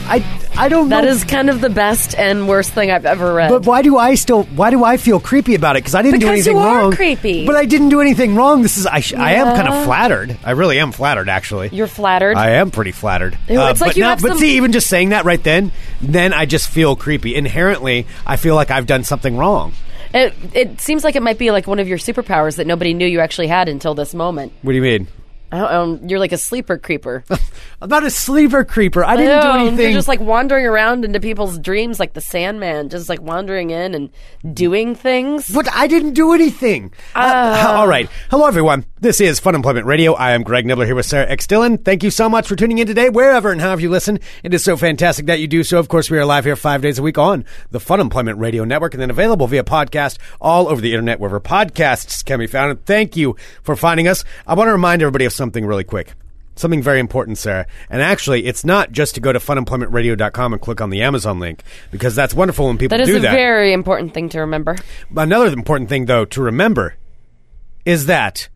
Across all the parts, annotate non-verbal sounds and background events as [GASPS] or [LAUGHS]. I, I don't that know. is kind of the best and worst thing I've ever read. But why do I still? Why do I feel creepy about it? Because I didn't do Because you anything are wrong. creepy. But I didn't do anything wrong. This is. I, sh- I am kind Yeah. of flattered. I really am flattered, actually. You're flattered. I am pretty flattered. Uh, Ew, it's like but you now- have but some- see, even just saying that right then, then I just feel creepy. Inherently, I feel like I've done something wrong. it, it seems like it might be like one of your superpowers that nobody knew you actually had until this moment. What do you mean? I don't- um, you're like a sleeper [LAUGHS] creeper. I'm not a sleeper creeper. I didn't No, do anything. [LAUGHS] You're just like wandering around into people's dreams, like the Sandman, just like wandering in and doing things. But I didn't do anything. Uh, Oh. all right. Hello, everyone. This is Fun Employment Radio. I am Greg Nibbler here with Sarah X. Dillon. Thank you so much for tuning in today, wherever and however you listen. It is so fantastic that you do so. Of course, we are live here five days a week on the Fun Employment Radio Network and then available via podcast all over the internet, wherever podcasts can be found. And thank you for finding us. I want to remind everybody of something really quick. Something very important, Sarah. And actually, it's not just to go to funemploymentradio.com and click on the Amazon link, because that's wonderful when people that is do a that. very important thing to remember. Another important thing, though, to remember is that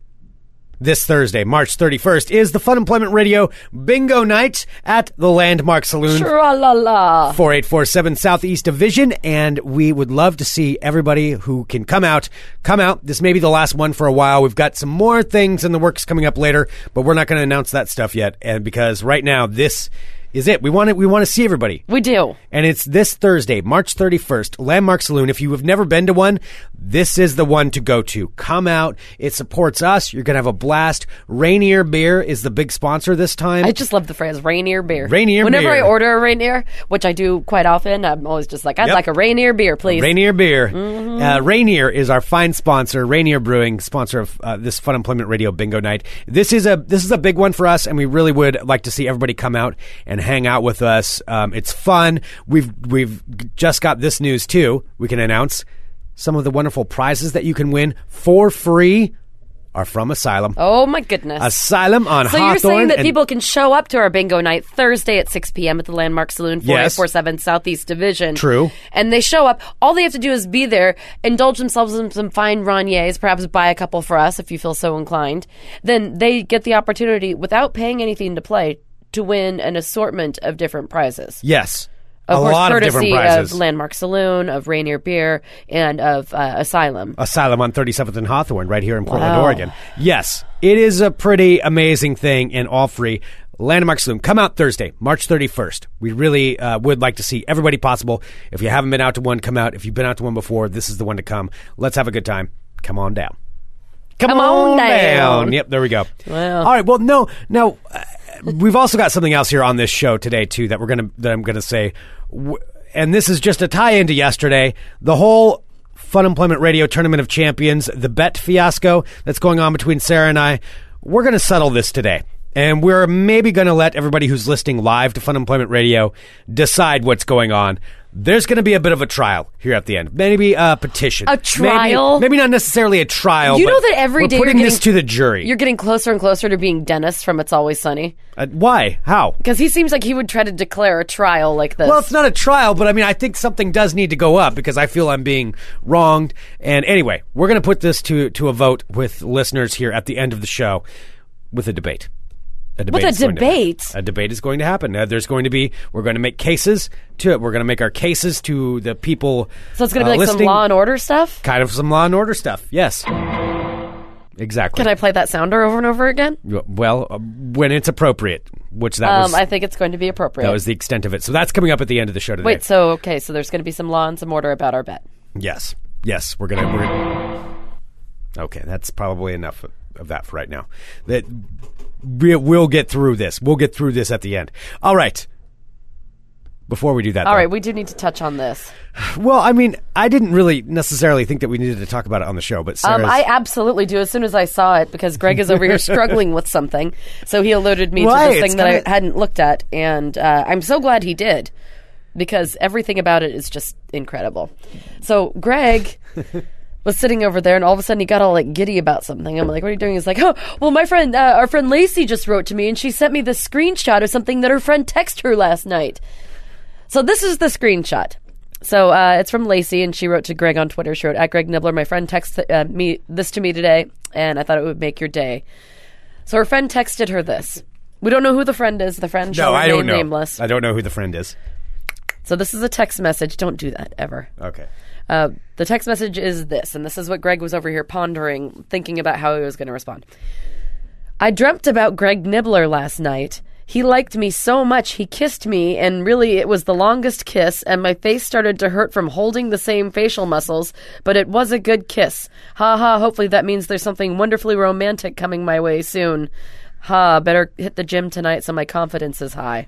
this Thursday, March 31st, is the Fun Employment Radio Bingo Night at the Landmark Saloon. Tra la la. 4847 Southeast Division, and we would love to see everybody who can come out. Come out. This may be the last one for a while. We've got some more things in the works coming up later, but we're not going to announce that stuff yet. And because right now, this is it. We want to, we want to see everybody. We do. And it's this Thursday, March 31st, Landmark Saloon. If you have never been to one, this is the one to go to. Come out. It supports us. You're going to have a blast. Rainier Beer is the big sponsor this time. I just love the phrase Rainier beer. Rainier Whenever beer. I order a Rainier, which I do quite often, I'm always just like, I'd Yep. like a Rainier beer, please. Rainier Beer. Mm-hmm. Uh, Rainier is our fine sponsor. Rainier Brewing, sponsor of uh, this Fun Employment Radio Bingo Night. This is a this is a big one for us, and we really would like to see everybody come out and hang out with us. Um, it's fun. We've we've just got this news too. We can announce some of the wonderful prizes that you can win for free are from Asylum. oh my goodness. Asylum on so Hawthorne. you're saying that and- people can show up to our bingo night Thursday at 6 p.m. at the Landmark Saloon, Yes. 4847 Southeast Division. True. And they show up. All they have to do is be there, indulge themselves in some fine Rogniers, perhaps buy a couple for us if you feel so inclined. Then they get the opportunity, without paying anything to play, to win an assortment of different prizes. yes, Of a course, lot of courtesy different prizes. of Landmark Saloon, of Rainier Beer, and of uh, Asylum. Asylum on 37th and Hawthorne, right here in Portland, Wow. Oregon. Yes, it is a pretty amazing thing and all free. Landmark Saloon, come out Thursday, March 31st. We really uh, would like to see everybody possible. If you haven't been out to one, come out. If you've been out to one before, this is the one to come. Let's have a good time. Come on down. Come, on down. Yep, there we go. All right. Well, no, no. Uh, we've also got something else here on this show today too that we're gonna that I'm gonna say, W- and this is just a tie into yesterday. The whole Fun Employment Radio Tournament of Champions, the bet fiasco that's going on between Sarah and I. We're gonna settle this today. And we're maybe going to let everybody who's listening live to Fun Employment Radio decide what's going on. There's going to be a bit of a trial here at the end. Maybe a petition. A Maybe- trial? Maybe, not necessarily a trial. You but know that every we're day you're putting this to getting- the jury. You're getting closer and closer to being Dennis from It's Always Sunny. Uh, why? How? Because he seems like he would try to declare a trial like this. Well, it's not a trial, but I mean, I think something does need to go up because I feel I'm being wronged. And anyway, we're going to put this to to a vote with listeners here at the end of the show with a debate. A debate a is going to- debate? a debate is going to happen. Uh, there's going to be we're going to make cases to it. We're going to make our cases to the people. so it's going to uh, be like some listening. Law and Order stuff. kind of some law and order stuff. Yes, exactly. Can I play that sounder over and over again? Well, uh, when it's appropriate, which that was Um, I think it's going to be appropriate. that was the extent of it. So that's coming up at the end of the show today. Wait, so okay, so there's going to be some law and some order about our bet. Yes. Yes, we're gonna. We're Okay, that's probably enough of- of that for right now. That we- we'll get through this. We'll get through this at the end. All right. Before we do that, All though- right, we do need to touch on this. well, I mean, I didn't really necessarily think that we needed to talk about it on the show, but Um, Sarah's, I absolutely do. As soon as I saw it, because Greg is over [LAUGHS] here struggling with something, so he alerted me Right, to this it's thing that kinda- I hadn't looked at, and uh, I'm so glad he did because everything about it is just incredible. So, Greg was sitting over there, and all of a sudden he got all like giddy about something. I'm like, "What are you doing?" He's like, "Oh, well, my friend, uh, our friend Lacey just wrote to me, and she sent me the screenshot of something that her friend texted her last night." So this is the screenshot. So uh, it's from Lacey, and she wrote to Greg on Twitter. She wrote, "At Greg Nibbler, my friend texted uh, me this to me today, and I thought it would make your day." So her friend texted her this. We don't know who the friend is. The friend shall No, I don't remain know. nameless. I don't know who the friend is. So this is a text message. Don't do that ever. Okay. Uh, the text message is this, and this is what Greg was over here pondering, thinking about how he was going to respond. I dreamt about Greg Nibbler last night. He liked me so much, he kissed me, and really it was the longest kiss, and my face started to hurt from holding the same facial muscles, but it was a good kiss. Ha ha, hopefully that means there's something wonderfully romantic coming my way soon. Ha, better hit the gym tonight so my confidence is high.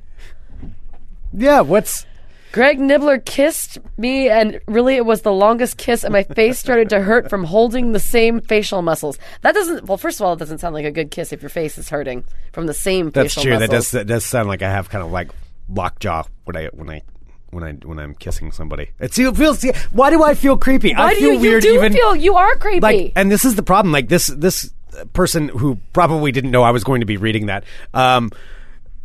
Yeah, what's Greg Nibbler kissed me, and really, it was the longest kiss, and my face started to hurt from holding the same facial muscles. That doesn't. Well, first of all, it doesn't sound like a good kiss if your face is hurting from the same that's facial true. muscles. That does that does sound like I have kind of like lockjaw when I when I when I when I'm kissing somebody. It still feels. see, Why do I feel creepy? Why I do feel you, weird. you do even feel you are creepy? like, and this is the problem. Like this this person who probably didn't know I was going to be reading that. Um,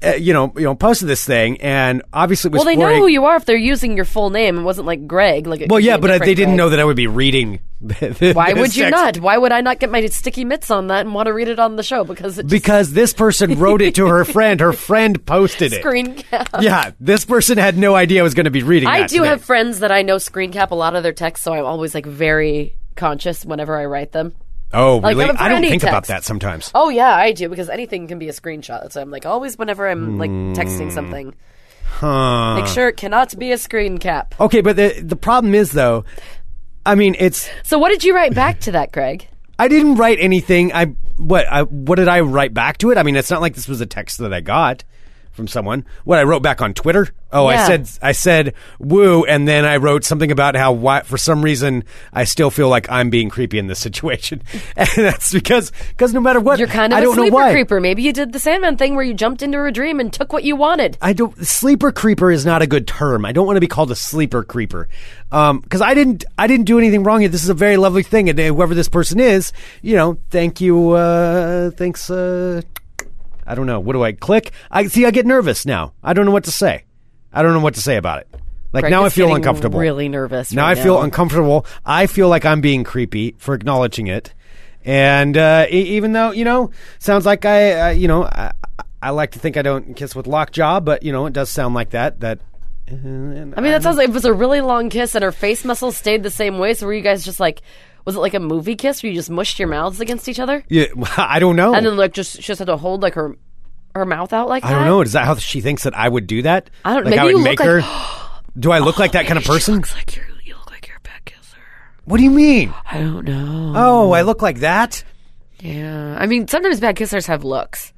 uh, you know, you know, posted this thing, and obviously was well, they know worrying- who you are if they're using your full name. It wasn't like Greg. Like, it Well, could be yeah, a but uh, different they didn't Greg. know that I would be reading. [LAUGHS] Why would you not? Why would I not get my sticky mitts on that and want to read it on the show? Because it's Because this person wrote it to her friend. Her friend posted it. screen cap. Yeah, this person had no idea I was going to be reading. I that do today. have friends that I know screen cap a lot of their texts, so I'm always like very conscious whenever I write them. Oh, Like, really? I'm a I don't friendly think about text. that sometimes. Oh yeah, I do because anything can be a screenshot. So I'm like always whenever I'm like texting something, Hmm. Huh. make sure it cannot be a screen cap. Okay, but the the problem is though, I mean, it's So what did you write back to that, Greg? I didn't write anything. I what I what did I write back to it? I mean, it's not like this was a text that I got from someone. What I wrote back on Twitter? Oh, Yeah. I said I said woo, and then I wrote something about how why for some reason I still feel like I'm being creepy in this situation, [LAUGHS] and that's because because no matter what, You're kind of I a don't know sleeper why. creeper. Maybe you did the Sandman thing where you jumped into a dream and took what you wanted. I don't sleeper creeper is not a good term. I don't want to be called a sleeper creeper because I didn't I didn't do anything wrong here. This is a very lovely thing, and uh, whoever this person is, you know, thank you, uh, thanks. Uh, I don't know. What do I click? I see. I get nervous now. I don't know what to say. I don't know what to say about it. Like Greg now, I is feel getting uncomfortable. Really nervous. Now I right feel uncomfortable. I feel like I'm being creepy for acknowledging it, and uh, e- even though you know, sounds like I, uh, you know, I, I like to think I don't kiss with lockjaw, but you know, it does sound like that. That I mean, that sounds like it was a really long kiss, and her face muscles stayed the same way. So were you guys just like, was it like a movie kiss where you just mushed your mouths against each other, yeah, [LAUGHS] I don't know. and then like just she just had to hold like her her mouth out like I don't know. Is that how she thinks that I would do that? I don't- Like maybe I would you look make like- her. [GASPS] [GASPS] Do I look like that kind of person? like you you look like you're a back kisser. What do you mean? I don't know. Oh, I look like that. Yeah, I mean, sometimes bad kissers have looks.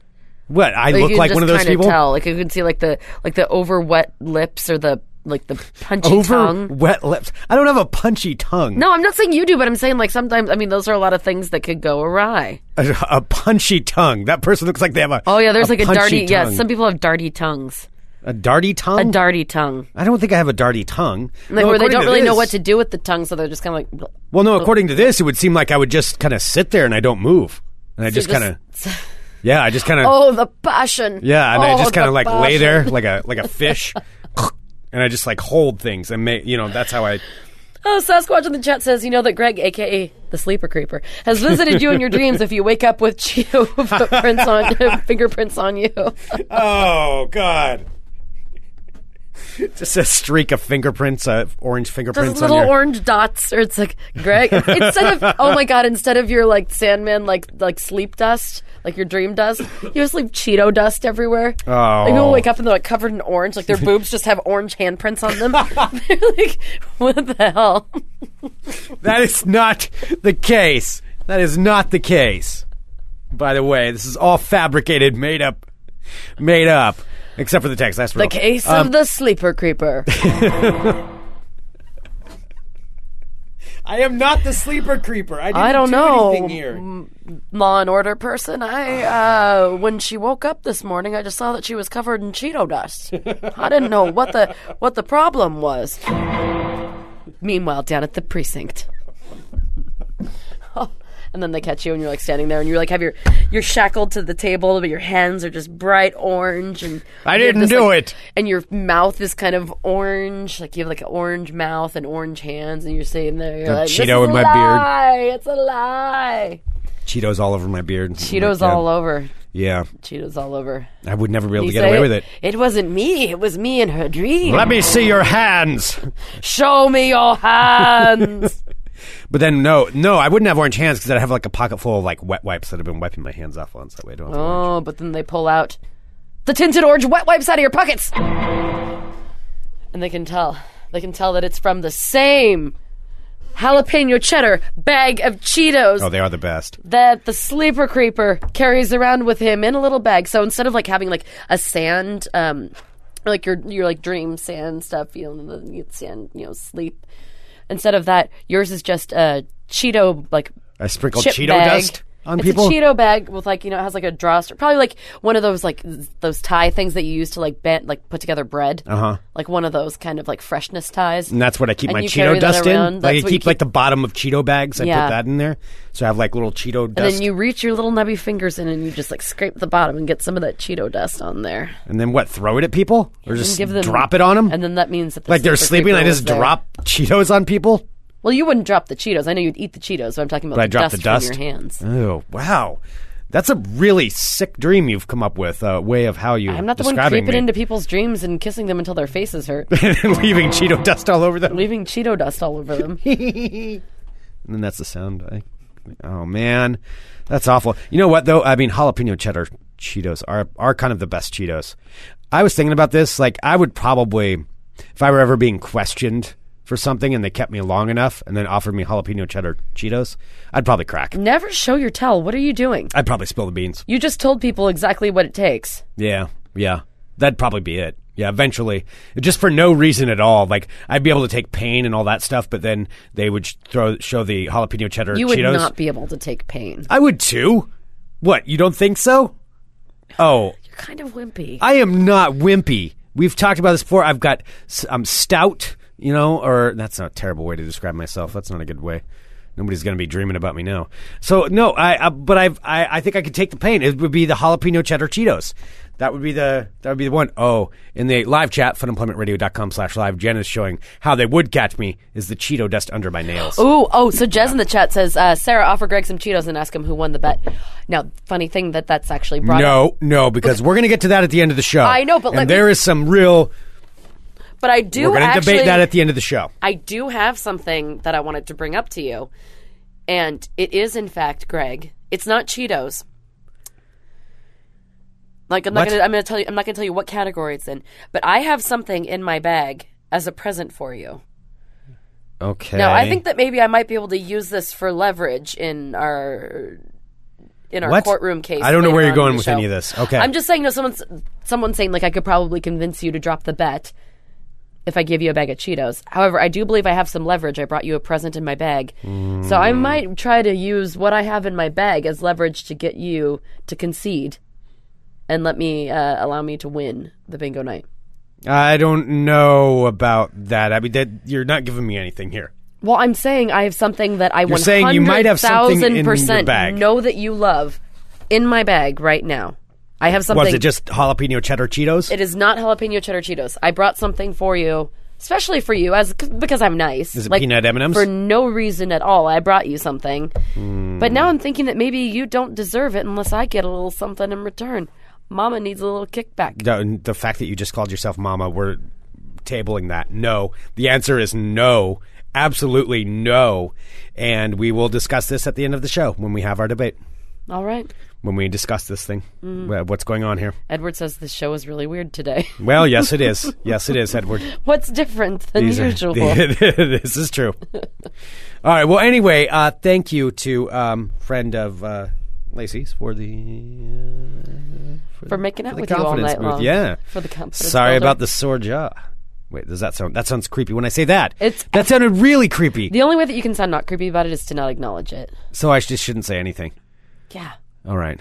What? I you look can like just one of those kinda people. Tell, like you can see, like the like the over wet lips or the like the punchy Over tongue. wet lips. I don't have a punchy tongue. No, I'm not saying you do, but I'm saying like sometimes. I mean, those are a lot of things that could go awry. A, a punchy tongue. That person looks like they have a. Oh yeah, there's like a punchy darty. Yeah, tongue. some people have darty tongues. A darty tongue? A darty tongue, I don't think I have a darty tongue. like No, where they according don't to really know this- what to Oh. do with the tongue, so they're just kind of like. Well, no, according to this, it would seem like I would just kind of sit there and I don't move, and I just just- kind [LAUGHS] of, yeah, I just kind of, Oh, the passion. yeah, and oh, I just kind the of like lay there passion. like a like a fish, [LAUGHS] and I just like hold things and make you know that's [LAUGHS] how I. Oh, Sasquatch in the chat says, you know that Greg, aka the sleeper creeper, has visited you in your dreams if you wake up with geo [LAUGHS] footprints on [LAUGHS] fingerprints on you. Oh God. Just a streak of fingerprints, uh, orange Those fingerprints. little on your, orange dots, or it's like Greg. Instead of oh my god, instead of your like Sandman like like sleep dust, like your dream dust, you just leave Cheeto dust everywhere. Oh, like people wake up and they're like covered in orange, like their boobs just have orange handprints on them. [LAUGHS] they're like, what the hell? [LAUGHS] That is not the case. That is not the case. By the way, this is all fabricated, made up, made up, except for the text. That's The real. case of the sleeper creeper. I am not the sleeper creeper. I, didn't I don't do know. Mm. anything here. m- Law and Order person. I uh, when she woke up this morning, I just saw that she was covered in Cheeto dust. I didn't know what the what the problem was. Meanwhile, down at the precinct. help. [LAUGHS] And then they catch you, and you're like standing there, and you're like have your you're shackled to the table, but your hands are just bright orange, and I you have didn't this, do like- it. And your mouth is kind of orange, like you have like an orange mouth and orange hands, and you're sitting there, you're A like, Cheeto this is in a my beard. lie. It's a lie. Cheetos all over my beard. Cheetos all over. Yeah, Cheetos all over. I would never be able You to get say away with it. It wasn't me. It was me and her dream. Let me see your hands. Show me your [LAUGHS] hands. But then no, no, I wouldn't have orange hands because I'd have like a pocket full of like wet wipes that have been wiping my hands off once. That way, I don't. Have to orange. oh, but then they pull out the tinted orange wet wipes out of your pockets, and they can tell. They can tell that it's from the same jalapeno cheddar bag of Cheetos Oh, they are the best. that the sleeper creeper carries around with him in a little bag. So instead of like having like a sand, um, or, like your your like dream sand stuff, you know, the you sand, you know, sleep. Instead of that, yours is just a Cheeto like I sprinkle chip Cheeto bag. dust on it's people. a Cheeto bag with like you know it has like a drawstring, probably like one of those like th- those tie things that you use to like bent like put together bread. Uh huh. Like one of those kind of like freshness ties. Uh-huh. and that's what I keep And my you carry Cheeto that dust around. in. That's Like I what keep, you like the bottom of Cheeto bags. I Yeah. put that in there, so I have like little Cheeto dust. And then you reach your little nubby fingers in and you just like scrape the bottom and get some of that Cheeto dust on there. And then what? Throw it at people or and just give them- drop it on them? And then that means that the like they're sleeper sleeping, creeper I was just there. drop Cheetos on people. Well, you wouldn't drop the Cheetos. I know you'd eat the Cheetos, but I'm talking about But the I dropped the dust Mm. from dust. your hands. Oh wow, that's a really sick dream you've come up with. A way of how you. I'm not the one describing creeping me. into people's dreams and kissing them until their faces [LAUGHS] hurt, [LAUGHS] leaving Cheeto dust all over them. leaving Cheeto dust all over [LAUGHS] them. And then that's the sound. I, oh man, that's awful. You know what though? I mean, jalapeno cheddar Cheetos are are kind of the best Cheetos. I was thinking about this. Like, I would probably, if I were ever being questioned for something and they kept me long enough and then offered me jalapeno cheddar Cheetos, I'd probably crack. Never show your tell. What are you doing? I'd probably spill the beans. You just told people exactly what it takes. Yeah, yeah. That'd probably be it. Yeah, eventually. Just for no reason at all. Like, I'd be able to take pain and all that stuff, but then they would sh- throw show the jalapeno cheddar You Cheetos. would not be able to take pain. I would too. What? You don't think so? Oh, You're kind of wimpy. I am not wimpy. We've talked about this before. I've got s- I'm stout, you know, or that's not a terrible way to describe myself. That's not a good way. Nobody's going to be dreaming about me now. So no, I, I but I've, I I think I could take the pain. It would be the jalapeno cheddar Cheetos. That would be the that would be the one. Oh, in the live chat, funemploymentradio.com slash live, Jen is showing how they would catch me is the Cheeto dust under my nails. Ooh, oh, so Jez in the chat says, uh, Sarah, offer Greg some Cheetos and ask him who won the bet. Now, funny thing that that's actually brought up. No, no, because we're going to get to that at the end of the show. I know, but and let me- there is some real. But I do We're going to actually, debate that at the end of the show. I do have something that I wanted to bring up to you, and it is in fact Greg. It's not Cheetos. Like I'm not What? gonna, I'm gonna tell you, I'm not gonna tell you what category it's in. But I have something in my bag as a present for you. Okay. Now I think that maybe I might be able to use this for leverage in our in our What? courtroom case. I don't know later where you're on in going the with show. any of this. Okay. I'm just saying, no, someone's someone's saying like I could probably convince you to drop the bet if I give you a bag of Cheetos. However, I do believe I have some leverage. I brought you a present in my bag, so Mm. I might try to use what I have in my bag as leverage to get you to concede and let me uh, allow me to win the bingo night. I don't know about that. I mean, that you're not giving me anything here. Well, I'm saying I have something that I You're one saying you might have hundred something in thousand your percent bag. know that you love in my bag right now. I have something. Was it just jalapeno cheddar Cheetos? It is not jalapeno cheddar Cheetos. I brought something for you, especially for you, as because I'm nice. Is it peanut M&Ms? For no reason at all, I brought you something. Hmm. But now I'm thinking that maybe you don't deserve it unless I get a little something in return. Mama needs a little kickback. the, the fact that you just called yourself mama, we're tabling that. No. The answer is no. Absolutely no. And we will discuss this at the end of the show when we have our debate, All right. when we discuss this thing, Mm. Wha- what's going on here. Edward says this show is really weird today. [LAUGHS] Well, yes, it is. Yes, it is, Edward. What's different than These are- usual? [LAUGHS] this is true. All right. Well, anyway, uh, thank you to um, friend of uh, Lacey's for the for making out the with you all confidence night booth, long. yeah. For the confidence. sorry builder. about the sore jaw. Wait, does that sound? That sounds creepy. When I say that, It's- that sounded really creepy. The only way that you can sound not creepy about it is to not acknowledge it. so I just shouldn't say anything. Yeah. All right.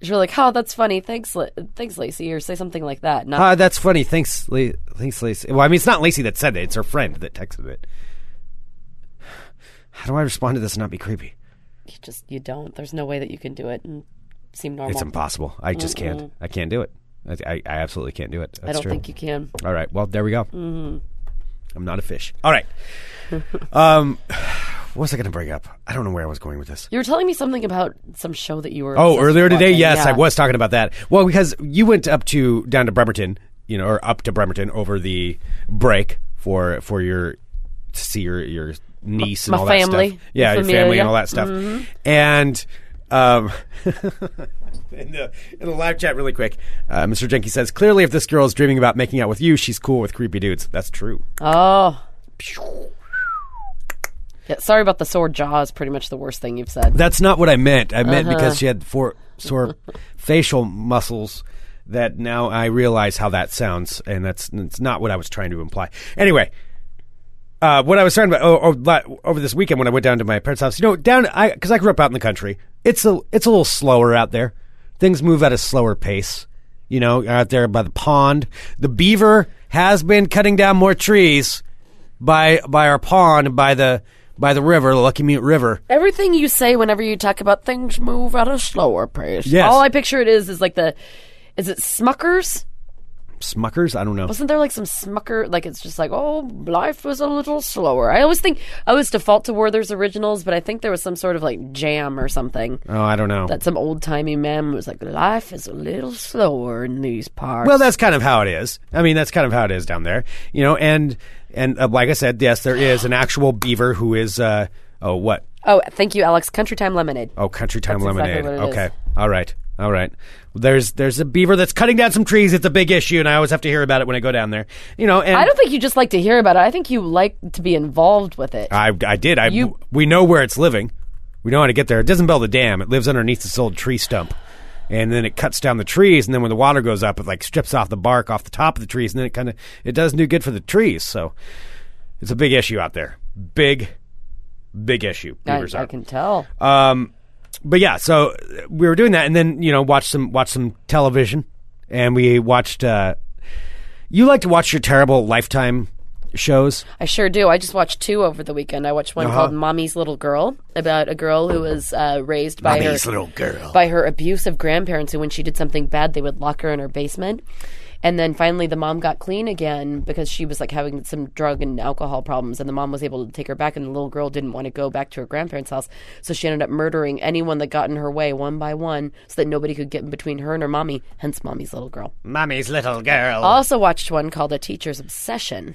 You're like, oh, that's funny. Thanks, La- thanks, Lacey, or say something like that. Not Uh, that's funny. Thanks, La- thanks, Lacey. Well, I mean, it's not Lacey that said it. It's her friend that texted it. How do I respond to this and not be creepy? you just you don't. There's no way that you can do it and seem normal. It's impossible. I just can't. I can't do it. I, I, I absolutely can't do it. That's I don't true. think you can. All right. Well, there we go. Mm-hmm. I'm not a fish. [LAUGHS] All right. um, what was I going to bring up? I don't know where I was going with this. You were telling me something about some show that you were. Oh, obsessed with earlier today, watching. yes, I Yeah. was talking about that. Well, because you went up to down to Bremerton, you know, or up to Bremerton over the break for for your to see your your niece and my all that family, stuff. Yeah, my your familia. Mm-hmm. family and all that stuff. And um, [LAUGHS] in the in the live chat, really quick, uh, Mr. Jenke says clearly, if this girl is dreaming about making out with you, she's cool with creepy dudes. That's true. Oh. Yeah, sorry about the sore jaw. Is pretty much the worst thing you've said. That's not what I meant. I meant because she had four sore facial muscles that now I realize how that sounds, and that's it's not what I was trying to imply. Anyway, uh, what I was talking about oh, oh, la- over this weekend when I went down to my parents' house, you know, down I because I grew up out in the country. It's a it's a little slower out there. Things move at a slower pace. You know, out there by the pond, the beaver has been cutting down more trees by by our pond by the by the river, the Lucky Mute River. Everything you say whenever you talk about things move at a slower pace. Yes. All I picture it is is like the, is it Smuckers? Smuckers? I don't know. Wasn't there like some Smucker? Like it's just like oh, life was a little slower. I always think I always default to Werther's originals, but I think there was some sort of like jam or something Oh, I don't know. that some old timey man was like life is a little slower in these parts. well, that's kind of how it is. I mean, that's kind of how it is down there, you know. And and uh, like I said, yes, there is an actual beaver who is uh oh what oh, thank you, Alex. Country Time Lemonade. oh country time That's exactly lemonade. what it okay, is. all right, all right. There's there's a beaver that's cutting down some trees. It's a big issue, and I always have to hear about it when I go down there. You know, and I don't think you just like to hear about it. I think you like to be involved with it. I, I did. I You- we know where it's living. We know how to get there. It doesn't build a dam. It lives underneath this old tree stump, and then it cuts down the trees. And then when the water goes up, it like strips off the bark off the top of the trees, and then it kind of it doesn't do good for the trees. So it's a big issue out there. Big, big issue. I, Beavers I are. can tell. Um, but yeah, so uh, we were doing that, and then you know watched some watched some television, and we watched. Uh, you like to watch your terrible Lifetime shows. I sure do. I just watched two over the weekend. I watched one called "Mommy's Little Girl" about a girl who was uh, raised by her girl. by her abusive grandparents, who, when she did something bad, they would lock her in her basement. And then finally, the mom got clean again because she was like having some drug and alcohol problems, and the mom was able to take her back. And the little girl didn't want to go back to her grandparents' house, so she ended up murdering anyone that got in her way one by one, so that nobody could get in between her and her mommy. Hence, "Mommy's Little Girl." Mommy's little girl. also watched one called A Teacher's Obsession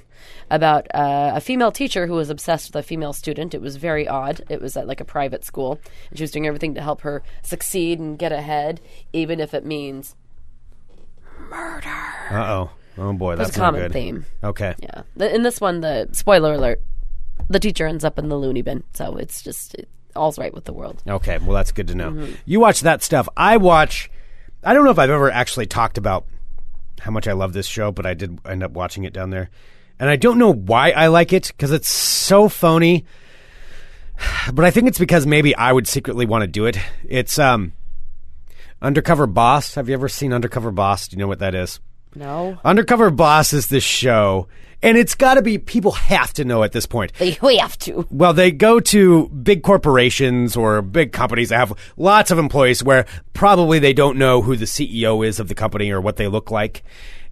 about uh, a female teacher who was obsessed with a female student. It was very odd. It was at like a private school, and she was doing everything to help her succeed and get ahead, even if it means Uh oh. Oh boy, that's it's a common not good. theme. Okay. Yeah. The- In this one, the spoiler alert: the teacher ends up in the loony bin, so it's just it, all's right with the world. Okay. Well, that's good to know. Mm-hmm. You watch that stuff. I watch. I don't know if I've ever actually talked about how much I love this show, but I did end up watching it down there, and I don't know why I like it because it's so phony. [SIGHS] But I think it's because maybe I would secretly want to do it. It's um, Undercover Boss. Have you ever seen Undercover Boss? Do you know what that is? No, Undercover Boss is this show, and it's got to be people have to know at this point. they we have to. Well, they go to big corporations or big companies that have lots of employees where probably they don't know who the CEO is of the company or what they look like.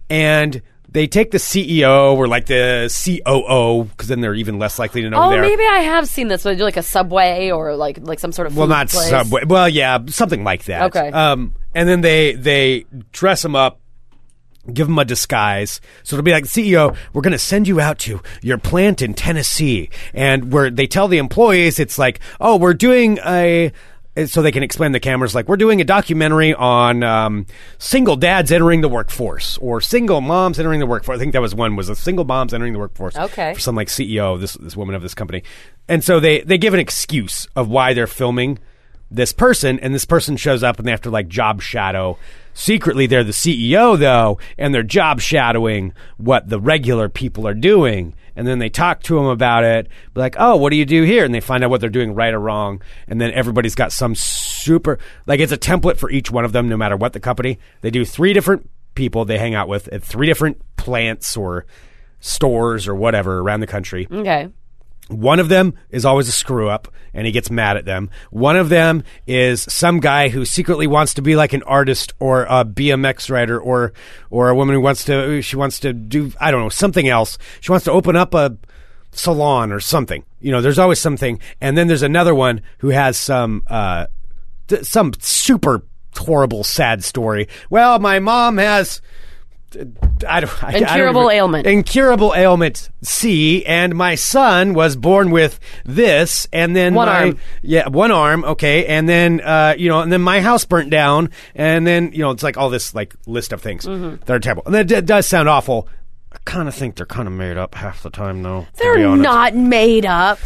And they take the CEO or like the COO because then they're even less likely to know Oh, who they are. maybe I have seen this. So they do like a subway or like like some sort of Well, food not place. Subway. Well, yeah, something like that. Okay. Um, and then they they dress him up, give him a disguise. So it'll be like CEO, we're going to send you out to your plant in Tennessee, and where they tell the employees, it's like, oh, we're doing a. So they can explain the cameras like we're doing a documentary on um, single dads entering the workforce or single moms entering the workforce. I think that was one was a single moms entering the workforce. Okay. For some like CEO, this this woman of this company, and so they they give an excuse of why they're filming this person, and this person shows up, and they have to like job shadow. Secretly, they're the CEO though, and they're job shadowing what the regular people are doing, and then they talk to them about it, be like, "Oh, what do you do here?" And they find out what they're doing right or wrong, and then everybody's got some super like it's a template for each one of them, no matter what the company. They do three different people they hang out with at three different plants or stores or whatever around the country Okay. One of them is always a screw up and he gets mad at them. One of them is some guy who secretly wants to be like an artist or a BMX rider or or a woman who wants to she wants to do I don't know, something else. She wants to open up a salon or something. You know, there's always something. And then there's another one who has some uh th- some super horrible sad story. Well, my mom has I don't, I, I don't Incurable even- ailment. Incurable ailment C, and my son was born with this, and then One my- arm. yeah, one arm, okay, and then uh, you know, and then my house burnt down, and then you know, it's like all this like list of things Mm-hmm. that are terrible, and that d- does sound awful. I kind of think they're kind of made up half the time, though. to be They're honest. not made up.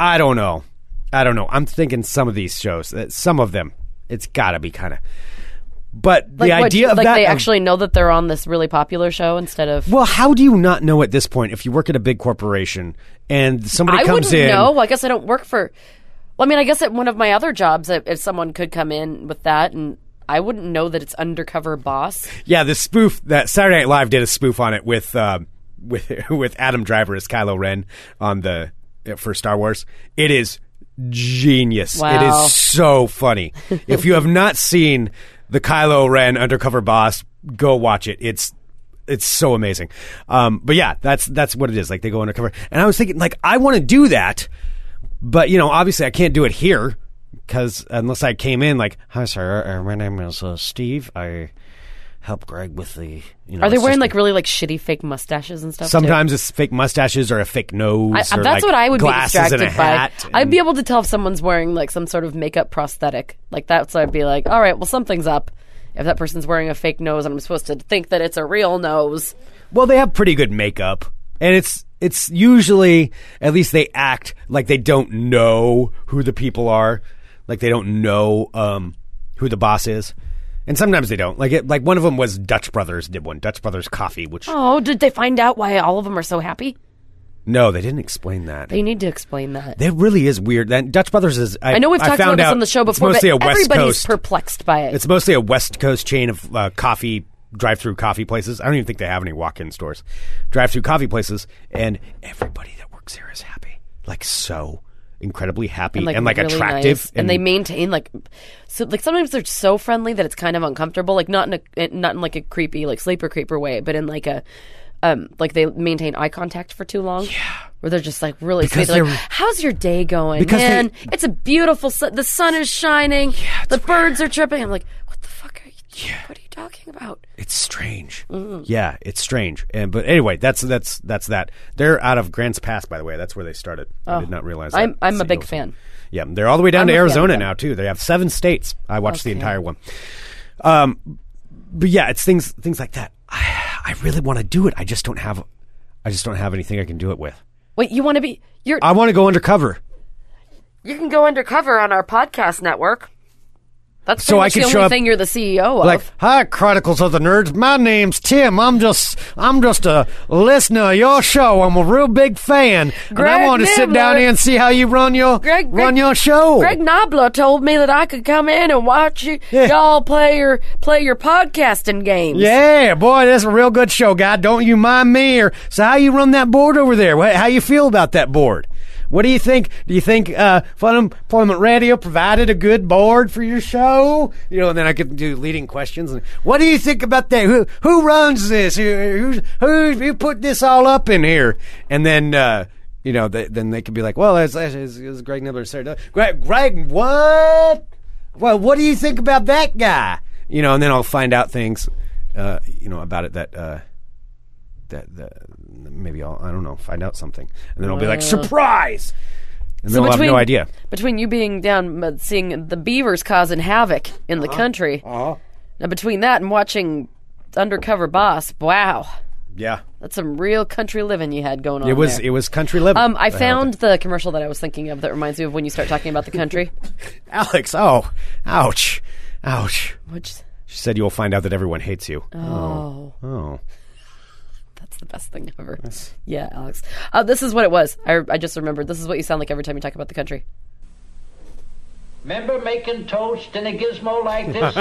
I don't know. I don't know. I'm thinking some of these shows, that some of them, it's got to be kind of. But Like, the what- idea of like that they of- actually know that they're on this really popular show instead of. Well, how do you not know at this point if you work at a big corporation and somebody I comes wouldn't in? know. I guess I don't work for. Well, I mean, I guess at one of my other jobs, if if someone could come in with that, and I wouldn't know that it's undercover boss. Yeah, the spoof that Saturday Night Live did a spoof on it with um, with [LAUGHS] with Adam Driver as Kylo Ren on the uh, for Star Wars. It is genius. It Wow. is so funny. [LAUGHS] if you have not seen the Kylo Ren undercover boss, go watch it. It's it's so amazing. Um, but yeah, that's that's what it is. Like they go undercover, and I was thinking, like I want to do that, but you know, obviously I can't do it here because unless I came in like, hi sir, uh, my name is uh, Steve. I help Greg with the. You know, Are they it's wearing just- like really like shitty fake mustaches and stuff? too? Sometimes it's fake mustaches or a fake nose. I, or that's like what I would be glasses distracted and a hat by. I'd and- be able to tell if someone's wearing like some sort of makeup prosthetic. Like that's I'd be like, all right, well something's up. If that person's wearing a fake nose, and I'm supposed to think that it's a real nose. Well, they have pretty good makeup, and it's it's usually at least they act like they don't know who the people are, like they don't know um, who the boss is, and sometimes they don't. Like it, like one of them was Dutch Brothers did one Dutch Brothers Coffee, which Oh, did they find out why all of them are so happy? no, they didn't explain that. They need to explain that. that really is weird. That Dutch Brothers is. I, I know we've talked found about this out on the show it's before, mostly but a West everybody's Coast. perplexed by it. It's mostly a West Coast chain of uh, coffee drive-through coffee places. I don't even think they have any walk-in stores. Drive-through coffee places, and everybody that works here is happy, like so incredibly happy and like, really attractive, nice. and, they maintain like so like sometimes they're so friendly that it's kind of uncomfortable like not in a eh, not in like a creepy like sleeper creeper way but in like a um like they maintain eye contact for too long yeah where they're just like really Because sweet They're they're- like how's your day going Because they- man it's a beautiful sun the sun is shining the birds are chirping I'm like what the fuck are you what are you talking about it's strange. Mm. Yeah, it's strange. And but anyway, that's that's that's that. They're out of Grants Pass, by the way. That's where they started. I did not realize. That. Oh. I'm- I'm a big CEO. fan. Yeah, they're all the way down I'm to a fan of Arizona them. now too. They have seven states. I watched the Okay. entire one. Um, but yeah, it's things things like that. I I really want to do it. I just don't have. I just don't have anything I can do it with. wait you want to be you're I want to go undercover you can go undercover on our podcast network that's So pretty I much can the show only up- thing you're the CEO of like hi chronicles of the nerds my name's tim i'm just i'm just a listener of your show i'm a real big fan and i Greg want to sit Nibbler. down here and see how you run your Greg- Greg- run your show Greg Nobler told me that I could come in and watch you Yeah. y'all play your play your podcasting games. yeah boy that's a real good show guy don't you mind me or so how you run that board over there What- how you feel about that board what do you think? Do you think uh, Fun Employment Radio provided a good board for your show? You know, and then I could do leading questions. And what do you think about that? Who who runs this? Who who, who put this all up in here? And then uh, you know, th then they could be like, well, it's, it's, it's Greg Nibbler, and Sarah. Dun- Greg, Greg, what? Well, what do you think about that guy? You know, and then I'll find out things, uh, you know, about it that. Uh, that, that maybe I'll I don't know find out something and then I'll be like surprise and then I'll have no idea Uh, Between you being down uh, seeing the beavers causing havoc in the country. Uh-huh. Now between that and watching Undercover Boss, wow. yeah That's some real country living you had going on. it was there. it was country living Uh, um, I found the commercial that I was thinking of that reminds me of when you start talking about the [LAUGHS] country. Alex oh ouch ouch Which she said you'll find out that everyone hates you oh. oh That's the best thing ever. Yeah, Alex. Uh, this is what it was. I, I just remembered. This is what you sound like every time you talk about the country. Remember making toast in a gizmo like this?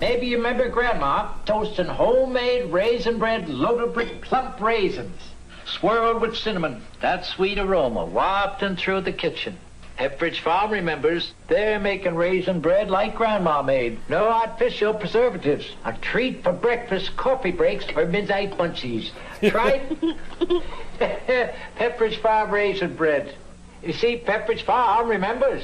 Maybe you remember Grandma toasting homemade raisin bread loaded with plump raisins. swirled with cinnamon, that sweet aroma wafting through the kitchen. Pepperidge Farm remembers they're making raisin bread like Grandma made. No artificial preservatives. A treat for breakfast, coffee breaks, or midnight munchies. Try [LAUGHS] Pepperidge Farm raisin bread. You see, Pepperidge Farm remembers.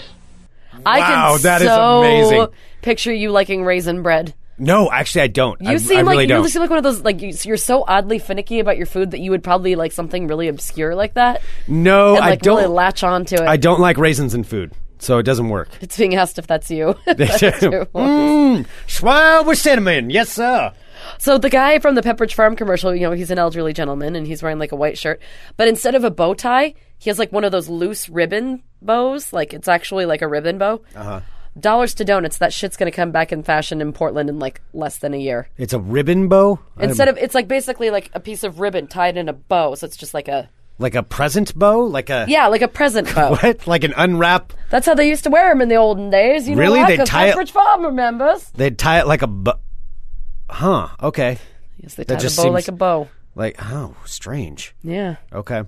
I Wow, can that is so amazing. picture you liking raisin bread. No, actually, I don't. You I, seem I like really you don't. seem like one of those like you, you're so oddly finicky about your food that you would probably like something really obscure like that no, and I like don't. really latch onto it. I don't like raisins in food, so it doesn't work. It's being asked if that's [LAUGHS] you. [LAUGHS] That's terrible. Mmm, swirl with cinnamon. Yes, sir. So the guy from the Pepperidge Farm commercial, you know, he's an elderly gentleman and he's wearing like a white shirt, but instead of a bow tie, he has like one of those loose ribbon bows, like it's actually like a ribbon bow. Uh-huh. Dollars to donuts. That shit's gonna come back in fashion in Portland in like less than a year. It's a ribbon bow Um, I Instead don't- of it's like basically like a piece of ribbon tied in a bow, so it's just like a like a present bow, like a yeah, like a present bow. [LAUGHS] what? Like an unwrap? That's how they used to wear them in the olden days. You Really? know why? They 'Cause tie it- Pepperidge Farm remembers. They'd tie it like a bu- huh? Okay, Yes, they tie the just bow seems- like a bow. like oh, strange. Yeah, Okay,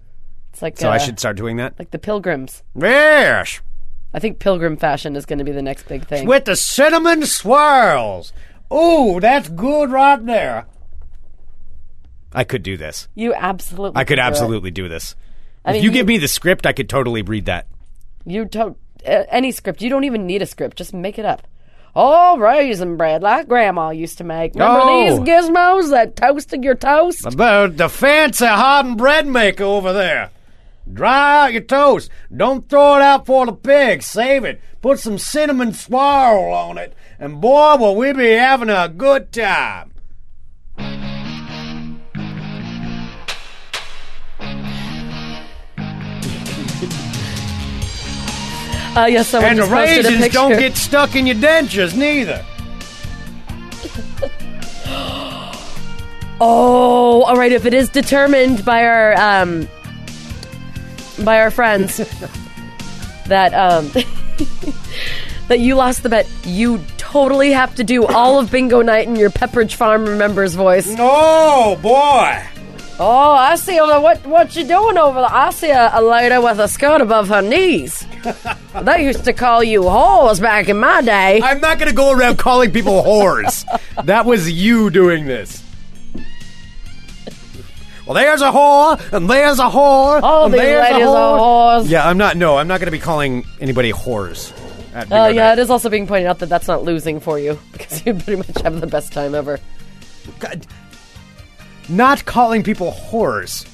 it's like so uh, I should start doing that. like the pilgrims. Yes, I think pilgrim fashion is going to be the next big thing. with the cinnamon swirls. Ooh, that's good right there. I could do this. You absolutely. I could do it. absolutely do this. I mean, if you, give me the script, I could totally read that. You don't. Uh, any script. You don't even need a script. Just make it up. Oh, raisin bread like Grandma used to make. Remember Oh. these gizmos that toasted your toast? About the fancy hardened bread maker over there. Dry out your toast. Don't throw it out for the pigs. Save it. Put some cinnamon swirl on it. And boy, will we be having a good time. Uh, yes, someone And the just posted a raisins picture. don't get stuck in your dentures neither. Oh, all right. If it is determined by our um, by our [LAUGHS] friends that um, [LAUGHS] that you lost the bet, you totally have to do all of bingo night in your Pepperidge Farm remembers voice. Oh, boy. Oh, I see. What what you doing over there? I see a, a lady with a skirt above her knees. they used to call you whores back in my day. I'm not going to go around calling people whores. That was you doing this. Well, there's a whore, and there's a whore. All and these there's ladies a are whores. Yeah, I'm not. No, I'm not going to be calling anybody whores. at Oh Bingo yeah, Night. it is also being pointed out that that's not losing for you [LAUGHS] because you pretty much have the best time ever. God. Not calling people whores.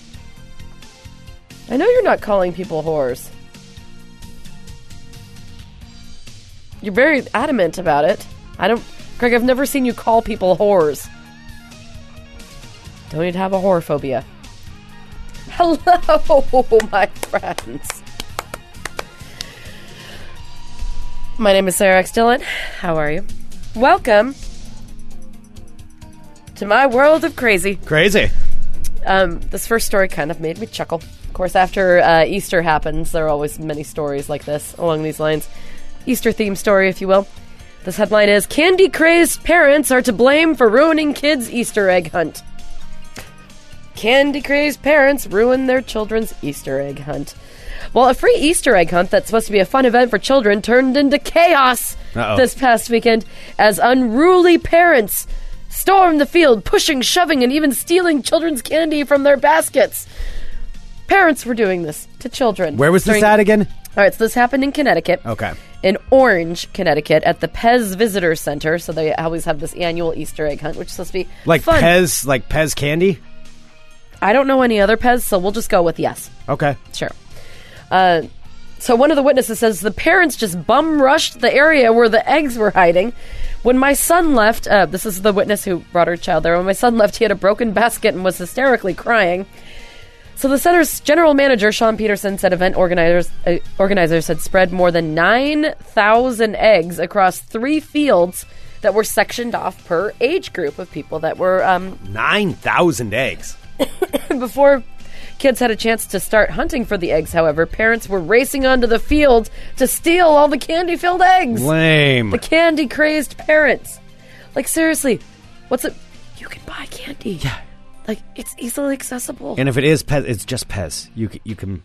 I know you're not calling people whores. You're very adamant about it. I don't, Greg. I've never seen you call people whores. Don't need to have a horror phobia. [LAUGHS] Hello, my friends. My name is Sarah X. Dillon. How are you? Welcome to my world of crazy. Crazy. Um, this first story kind of made me chuckle. Of course, after uh, Easter happens, there are always many stories like this along these lines. Easter theme story, if you will. This headline is Candy crazed parents are to blame for ruining kids' Easter egg hunt. Candy crazed parents ruin their children's Easter egg hunt. Well, a free Easter egg hunt that's supposed to be a fun event for children turned into chaos Uh-oh. this past weekend as unruly parents stormed the field, pushing, shoving, and even stealing children's candy from their baskets. Parents were doing this to children. Where was this during- at again? All right, so this happened in Connecticut Okay. in Orange, Connecticut, at the Pez Visitor Center. So they always have this annual Easter egg hunt, which is supposed to be Like fun. Pez, like Pez candy. I don't know any other Pez, so we'll just go with yes. Okay. Sure. Uh, so one of the witnesses says the parents just bum rushed the area where the eggs were hiding. When my son left, uh, this is the witness who brought her child there. When my son left, he had a broken basket and was hysterically crying. So the center's general manager, Sean Peterson, said event organizers uh, organizers had spread more than nine thousand eggs across three fields that were sectioned off per age group of people that were um, Nine thousand eggs. before kids had a chance to start hunting for the eggs, however, parents were racing onto the field to steal all the candy filled eggs. Lame. The candy crazed parents. Like, seriously, what's it? You can buy candy. Yeah. Like it's easily accessible. And if it is Pez, it's just Pez. You c- you can.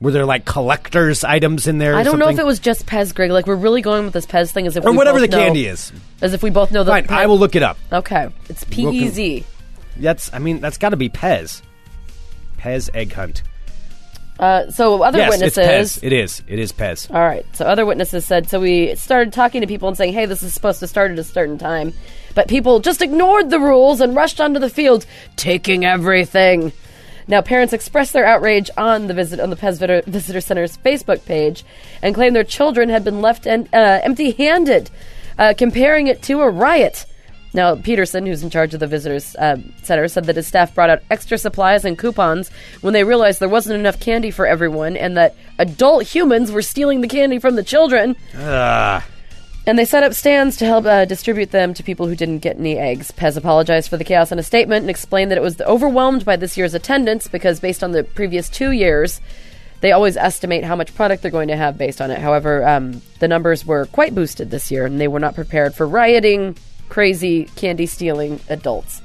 Were there like collectors items in there? or I don't know if something? it was just Pez, Greg. Like we're really going with this Pez thing as if or we whatever the both know- candy is. As if we both know the. Fine, I will look it up. Okay, it's P E Z. That's I mean that's got to be Pez. Pez egg hunt. Uh, so other yes, witnesses. it's Pez. It is. It is Pez. All right. So other witnesses said so we started talking to people and saying, "Hey, this is supposed to start at a certain time." But people just ignored the rules and rushed onto the field, taking everything. Now, parents expressed their outrage on the visit on the Pez Visitor, Visitor Center's Facebook page and claimed their children had been left en- uh, empty-handed, uh, comparing it to a riot. Now, Peterson, who's in charge of the visitors uh, center, said that his staff brought out extra supplies and coupons when they realized there wasn't enough candy for everyone and that adult humans were stealing the candy from the children. And they set up stands to help uh, distribute them to people who didn't get any eggs. Pez apologized for the chaos in a statement and explained that it was overwhelmed by this year's attendance because, based on the previous two years, they always estimate how much product they're going to have based on it. However, um, the numbers were quite boosted this year, and they were not prepared for rioting, crazy, candy stealing adults.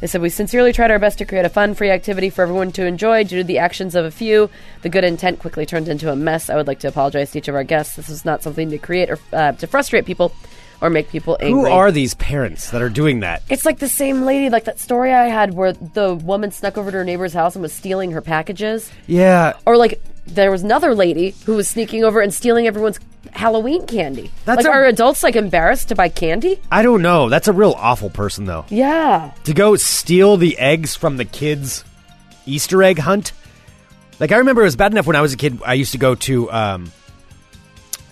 They said, We sincerely tried our best to create a fun, free activity for everyone to enjoy. Due to the actions of a few, the good intent quickly turned into a mess. I would like to apologize to each of our guests. This was not something to create or uh, to frustrate people or make people angry. Who are these parents that are doing that? It's like the same lady, like that story I had where the woman snuck over to her neighbor's house and was stealing her packages. Yeah, Or like there was another lady who was sneaking over and stealing everyone's Halloween candy. That's like a- are adults like embarrassed to buy candy? I don't know. That's a real awful person though. Yeah. to go steal the eggs from the kids' Easter egg hunt. Like I remember, it was bad enough when I was a kid. I used to go to um,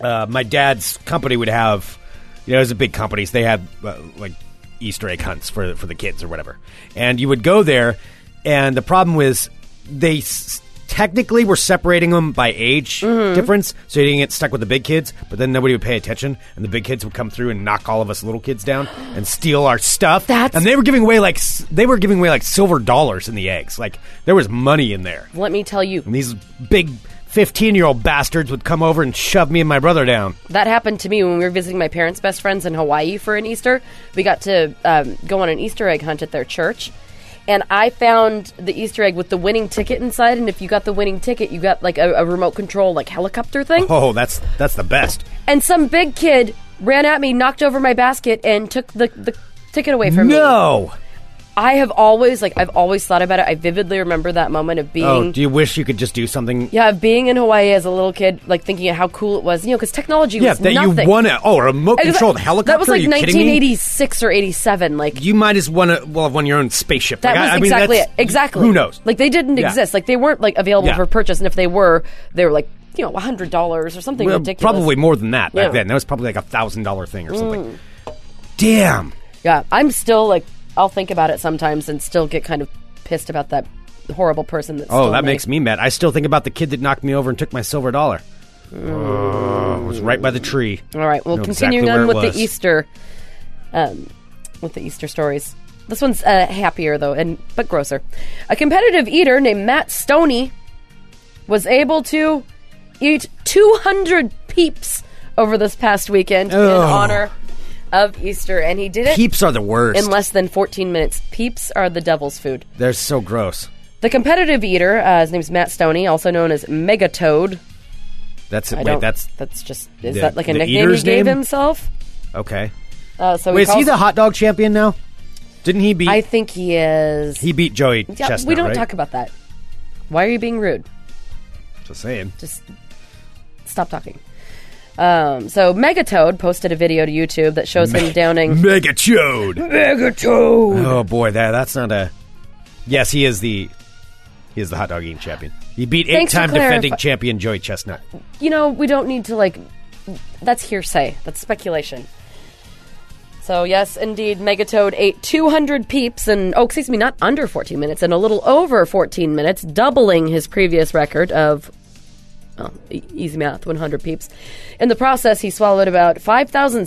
uh, my dad's company would have, you know, it was a big company, so they had uh, like Easter egg hunts for for the kids or whatever. And you would go there, and the problem was they s- technically were separating them by age difference, so you didn't get stuck with the big kids. But then nobody would pay attention, and the big kids would come through and knock all of us little kids down and steal our stuff. That's- and they were giving away like s- they were giving away like silver dollars in the eggs. Like there was money in there. Let me tell you, And these big 15 year old bastards would come over and shove me and my brother down. That happened to me when we were visiting my parents' best friends in Hawaii for an Easter. We got to um, go on an Easter egg hunt at their church. And I found the Easter egg with the winning ticket inside. And if you got the winning ticket, you got like a, a remote control, like helicopter thing. Oh, that's that's the best. And some big kid ran at me, knocked over my basket, and took the, the ticket away from me. No. I have always, like, I've always thought about it. I vividly remember that moment of being. Oh, do you wish you could just do something? Mm. yeah, being in Hawaii as a little kid, like thinking of how cool it was, you know, because technology Yeah, was that nothing. you won a oh a remote It was controlled like- helicopter. That was Are like you kidding me? 1986 or 87. Like You might as won a, well have won your own spaceship. that Like, I- was I mean, exactly it. that's- Exactly. Who knows? Like they didn't Yeah. exist. Like they weren't like available Yeah. for purchase. And if they were, they were like you know hundred dollars or something Well, ridiculous. probably more than that back Yeah. Mm. then. That was probably like a thousand dollar thing or something. Damn. Yeah, I'm still like I'll think about it sometimes and still get kind of pissed about that horrible person. That Oh, stole that my- makes me mad. I still think about the kid that knocked me over and took my silver dollar. Oh, it was right by the tree. All Mm. right. Well, Know exactly continuing where on it with was. the Easter, um, with the Easter stories. This one's uh, happier though, and but grosser. A competitive eater named Matt Stoney was able to eat 200 peeps over this past weekend in Ugh. honor of Easter, and he did it Peeps are the worst. in less than 14 minutes. Peeps are the devil's food. They're so gross. The competitive eater, uh, his name's Matt Stoney, also known as Megatoad. That's I it. don't, Wait, that's that's just is the- that like a the nickname he eater's gave name? himself? okay. Uh, so he Wait, is he calls- the hot dog champion now? Didn't he beat I think he is. he beat Joey yeah, Chestnut? we don't right? talk about that. Why are you being rude? Just saying. Just stop talking. Um, so Megatoad posted a video to YouTube that shows him downing. [LAUGHS] [LAUGHS] Mega Chode. Megatoad. Oh boy, that that's not a. Yes, he is the he is the hot dog eating champion. He beat Thanks for eight-time defending clarify- champion Joey Chestnut. You know, we don't need to like. That's hearsay. That's speculation. So yes, indeed, Megatoad ate 200 peeps and oh, excuse me, not under 14 minutes, and a little over 14 minutes, doubling his previous record of well, e- easy math, 100 peeps. In the process, he swallowed about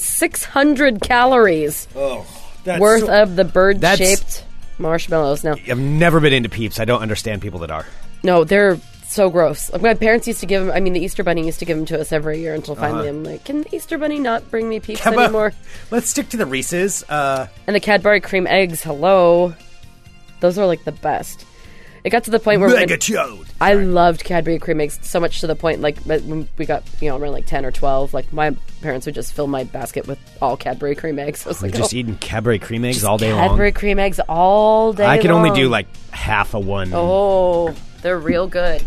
5,600 calories worth of the bird-shaped marshmallows. Now, I've never been into peeps. I don't understand people that are. no, they're so gross. Like my parents used to give them. I mean, the Easter Bunny used to give them to us every year Uh-huh. until finally I'm like, can the Easter Bunny not bring me peeps anymore? Let's stick to the Reese's. Uh, And the Cadbury cream eggs. Hello. Those are like the best. It got to the point where when- chode. I loved Cadbury cream eggs so much to the point like but when we got you know around like ten or twelve, like my parents would just fill my basket with all Cadbury cream eggs. I was I'm like, just oh, eating Cadbury cream eggs all day Cadbury cream eggs all day. long. I can only long. do like half a one. oh, they're real good.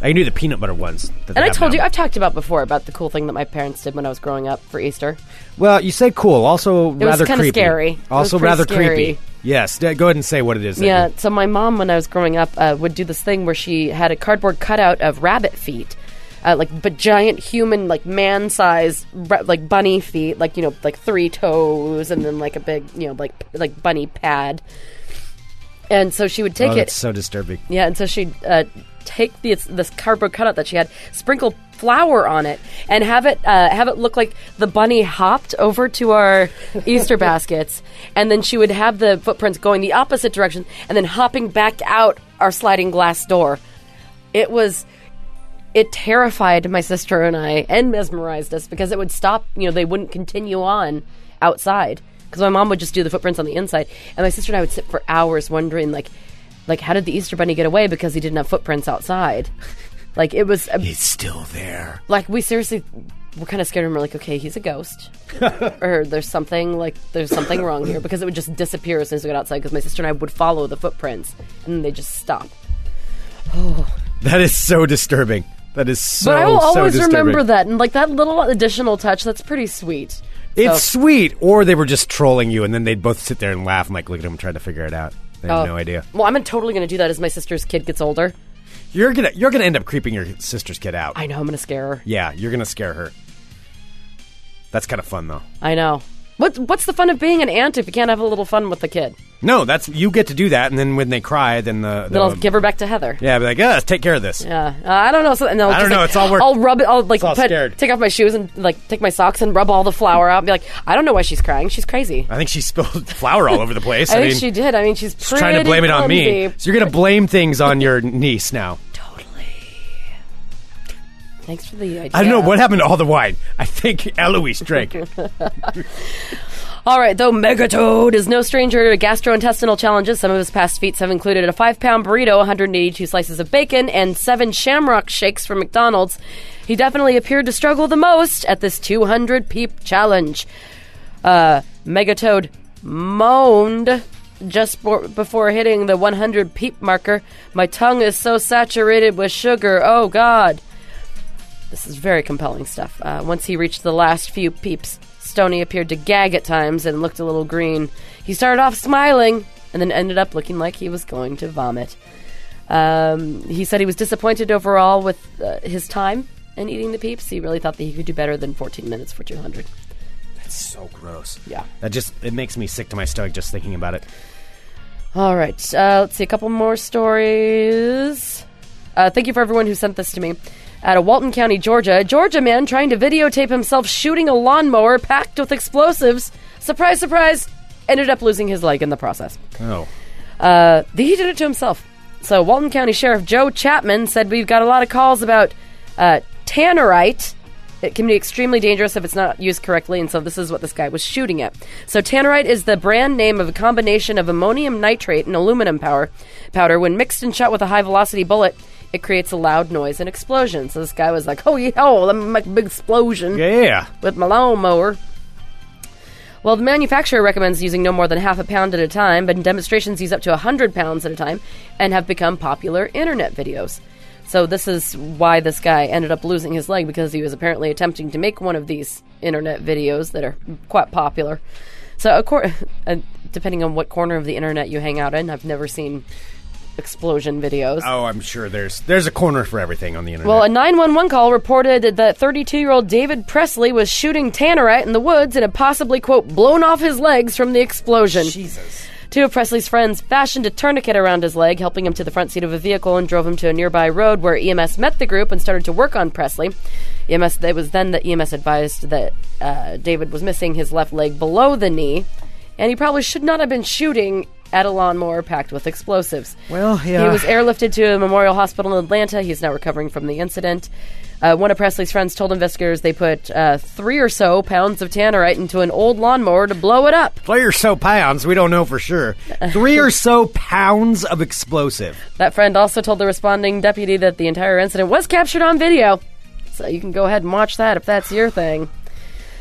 I can do the peanut butter ones. that they And I have told now. you, I've talked about before about the cool thing that my parents did when I was growing up for Easter. well, you said cool. Also, was rather kinda creepy. scary. It was Also, pretty rather scary. creepy. Yes. d- Go ahead and say what it is. that Yeah. you- So my mom, when I was growing up, uh, would do this thing where she had a cardboard cutout of rabbit feet, uh, like but giant human, like man-sized, ra- like bunny feet, like you know, like three toes, and then like a big, you know, like like bunny pad. And so she would take Oh, it. that's so disturbing. Yeah, and so she'd uh, take the, this cardboard cutout that she had, sprinkle flour on it, and have it uh, have it look like the bunny hopped over to our Easter baskets, and then she would have the footprints going the opposite direction, and then hopping back out our sliding glass door. It was. It terrified my sister and I, and mesmerized us because it would stop. You know, they wouldn't continue on outside because my mom would just do the footprints on the inside, and my sister and I would sit for hours wondering, like, like how did the easter bunny get away because he didn't have footprints outside like it was a- It's still there. like we seriously were kind of scared and we're like okay he's a ghost or there's something like there's something wrong here because it would just disappear as soon as we got outside because my sister and i would follow the footprints and then they just stop That is so disturbing. That is so. but i will so always disturbing. remember that and like that little additional touch that's pretty sweet It's So- sweet, or they were just trolling you, and then they'd both sit there and laugh. I'm like, look at them trying to figure it out. They have Oh. no idea. well i'm totally gonna do that as my sister's kid gets older You're gonna you're gonna end up creeping your sister's kid out. i know i'm gonna scare her yeah, you're gonna scare her. That's kind of fun though. i know what, what's the fun of being an aunt if you can't have a little fun with the kid No, that's you get to do that, and then when they cry, then the, then i'll the- give her back to heather Um, yeah, be like, yeah, take care of this. Yeah, uh, I don't know. So, and I'll I just, don't know, like, it's all work- I'll rub it. I'll like all put- scared. take off my shoes and like take my socks and rub all the flour out. And be like, I don't know why she's crying. She's crazy. I think she spilled [LAUGHS] flour all over the [LAUGHS] place. I, Uh, I, think mean, she did. I mean, she's pretty she's trying to blame it on me. clumsy. So you're gonna blame things on your [LAUGHS] niece now. Totally. Thanks for the idea. I don't know what happened to all the wine. I think [LAUGHS] Eloise [LAUGHS] drank. it. All right, though Megatoad is no stranger to gastrointestinal challenges, some of his past feats have included a five pound burrito, 182 slices of bacon, and seven shamrock shakes from McDonald's. He definitely appeared to struggle the most at this 200 peep challenge. Uh, Megatoad moaned just bo- before hitting the 100 peep marker. My tongue is so saturated with sugar, oh god. This is very compelling stuff. Uh, once he reached the last few peeps, Stony appeared to gag at times and looked a little green. He started off smiling and then ended up looking like he was going to vomit. Um, he said he was disappointed overall with uh, his time in eating the peeps. He really thought that he could do better than 14 minutes for 200. so gross. Yeah. That just it makes me sick to my stomach just thinking about it. All right. Uh, let's see a couple more stories. Uh, thank you for everyone who sent this to me. Out of Walton County, Georgia, a Georgia man trying to videotape himself shooting a lawnmower packed with explosives. Surprise, surprise! Ended up losing his leg in the process. Oh. Uh, he did it to himself. So Walton County Sheriff Joe Chapman said we've got a lot of calls about uh, tannerite. It can be extremely dangerous if it's not used correctly, and so this is what this guy was shooting at. So tannerite is the brand name of a combination of ammonium nitrate and aluminum power powder. When mixed and shot with a high velocity bullet, it creates a loud noise and explosion. So this guy was like, "Oh yeah, oh, let me make a big explosion." Yeah. with my lawnmower. Well, the manufacturer recommends using no more than half a pound at a time, but in demonstrations use up to 100 pounds at a time and have become popular internet videos. So, this is why this guy ended up losing his leg because he was apparently attempting to make one of these internet videos that are quite popular. So, of course, [LAUGHS] uh, depending on what corner of the internet you hang out in, I've never seen explosion videos. Oh, I'm sure there's there's a corner for everything on the internet. Well, a 911 call reported that 32 year old David Presley was shooting Tannerite in the woods and had possibly, quote, blown off his legs from the explosion. Jesus. Two of Presley's friends fashioned a tourniquet around his leg, helping him to the front seat of a vehicle, and drove him to a nearby road where EMS met the group and started to work on Presley. EMS, it was then that EMS advised that uh, David was missing his left leg below the knee, and he probably should not have been shooting at a lawnmower packed with explosives. Well, He yeah. was airlifted to a memorial hospital in Atlanta. He's now recovering from the incident. Uh, one of Presley's friends told investigators they put uh, three or so pounds of tannerite into an old lawnmower to blow it up. Three or so pounds. We don't know [LAUGHS] for sure. Three or so pounds of explosive. That friend also told the responding deputy that the entire incident was captured on video. So you can go ahead and watch that if that's your thing.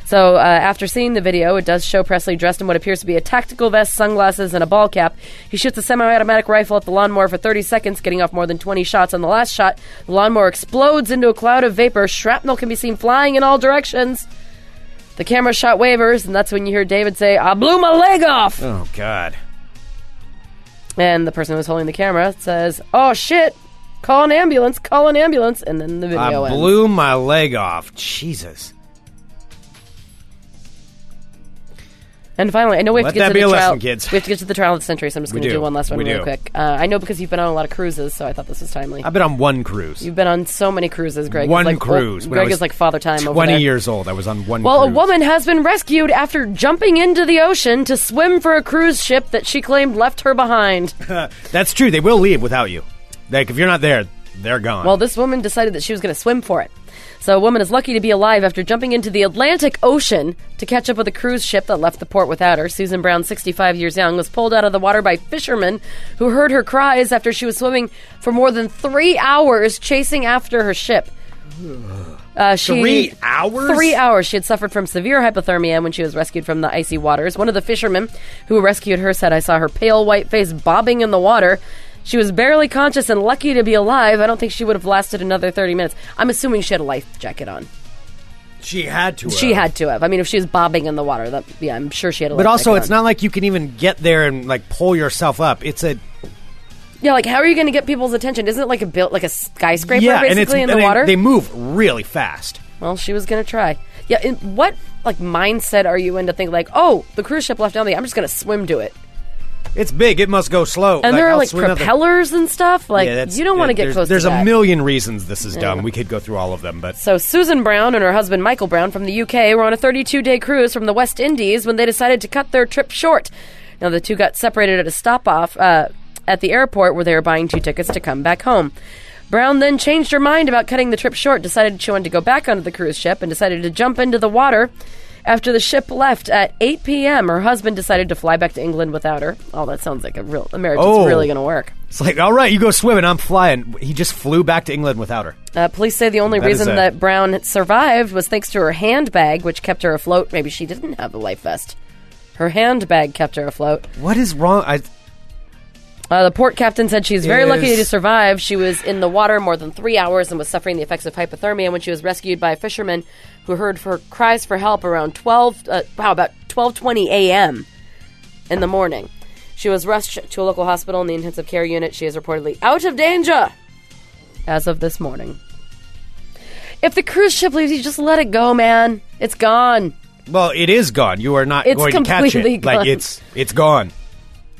So, uh, after seeing the video, it does show Presley dressed in what appears to be a tactical vest, sunglasses, and a ball cap. He shoots a semi automatic rifle at the lawnmower for 30 seconds, getting off more than 20 shots. On the last shot, the lawnmower explodes into a cloud of vapor. Shrapnel can be seen flying in all directions. The camera shot wavers, and that's when you hear David say, I blew my leg off! Oh God. And the person who was holding the camera says, "Oh shit, call an ambulance, call an ambulance." And then the I video ends. blew my leg off. Jesus. And finally, I know we have Let to get that to be the a trial. lesson, kids. We have to get to the trial of the century, so I'm just We going to do. do. one last one We real do. quick. Uh, I know because you've been on a lot of cruises, so I thought this was timely. I've been on one cruise. You've been on so many cruises, Greg. is one like old- cruise. when I Greg was is like father time. Twenty over there. years old. I was on one. Well, a cruise. woman has been rescued after jumping into the ocean to swim for a cruise ship that she claimed left her behind. Uh, That's true. They will leave without you. Like if you're not there, they're gone. Well, this woman decided that she was going to swim for it. So, a woman is lucky to be alive after jumping into the Atlantic Ocean to catch up with a cruise ship that left the port without her. Susan Brown, 65 years young, was pulled out of the water by fishermen who heard her cries after she was swimming for more than three hours chasing after her ship. Uh, she, Three hours? Three hours. She had suffered from severe hypothermia when she was rescued from the icy waters. One of the fishermen who rescued her said, I saw her pale white face bobbing in the water. She was barely conscious and lucky to be alive. I don't think she would have lasted another 30 minutes. I'm assuming she had a life jacket on. she had to. She had to have. I mean, if she was bobbing in the water, that, yeah, I'm sure she had a But life also, jacket it's on. not like you can even get there and like pull yourself up. It's a Yeah, like, how are you going to get people's attention? Isn't it like a built, like a skyscraper, yeah, basically, and it's in the and they- water? They move really fast. Well, she was going to try. Yeah, in what like mindset are you in to think like, oh, the cruise ship left down the, I'm just going to swim to it, It's big. It must go slow. and there I'll are like swim out there. propellers and stuff. Like, Yeah, that's- you don't want to yeah, get there's, close. There's to a that. million reasons this is dumb. We could go through all of them, but So Susan Brown and her husband Michael Brown from the UK were on a 32-day cruise from the West Indies when they decided to cut their trip short. Now the two got separated at a stop-off uh, at the airport where they were buying two tickets to come back home. Brown then changed her mind about cutting the trip short, decided she wanted to go back onto the cruise ship, and decided to jump into the water. After the ship left at 8 p.m., her husband decided to fly back to England without her. Oh, that sounds like a real a marriage Oh. that's really going to work. it's like, all right, you go swimming. I'm flying. He just flew back to England without her. Uh, police say the only That is reason a- that Brown survived was thanks to her handbag, which kept her afloat. Maybe she didn't have a life vest. Her handbag kept her afloat. What is wrong? I Uh, the port captain said she's very lucky Is- to survive. She was in the water more than three hours and was suffering the effects of hypothermia when she was rescued by a fisherman who heard her cries for help around 12, uh, wow, about 12.20 a.m. in the morning. She was rushed to a local hospital in the intensive care unit. She is reportedly out of danger as of this morning. If the cruise ship leaves you, just let it go, man. It's gone. well, it is gone. You are not It's going to catch completely it. Like gone. it's it's gone.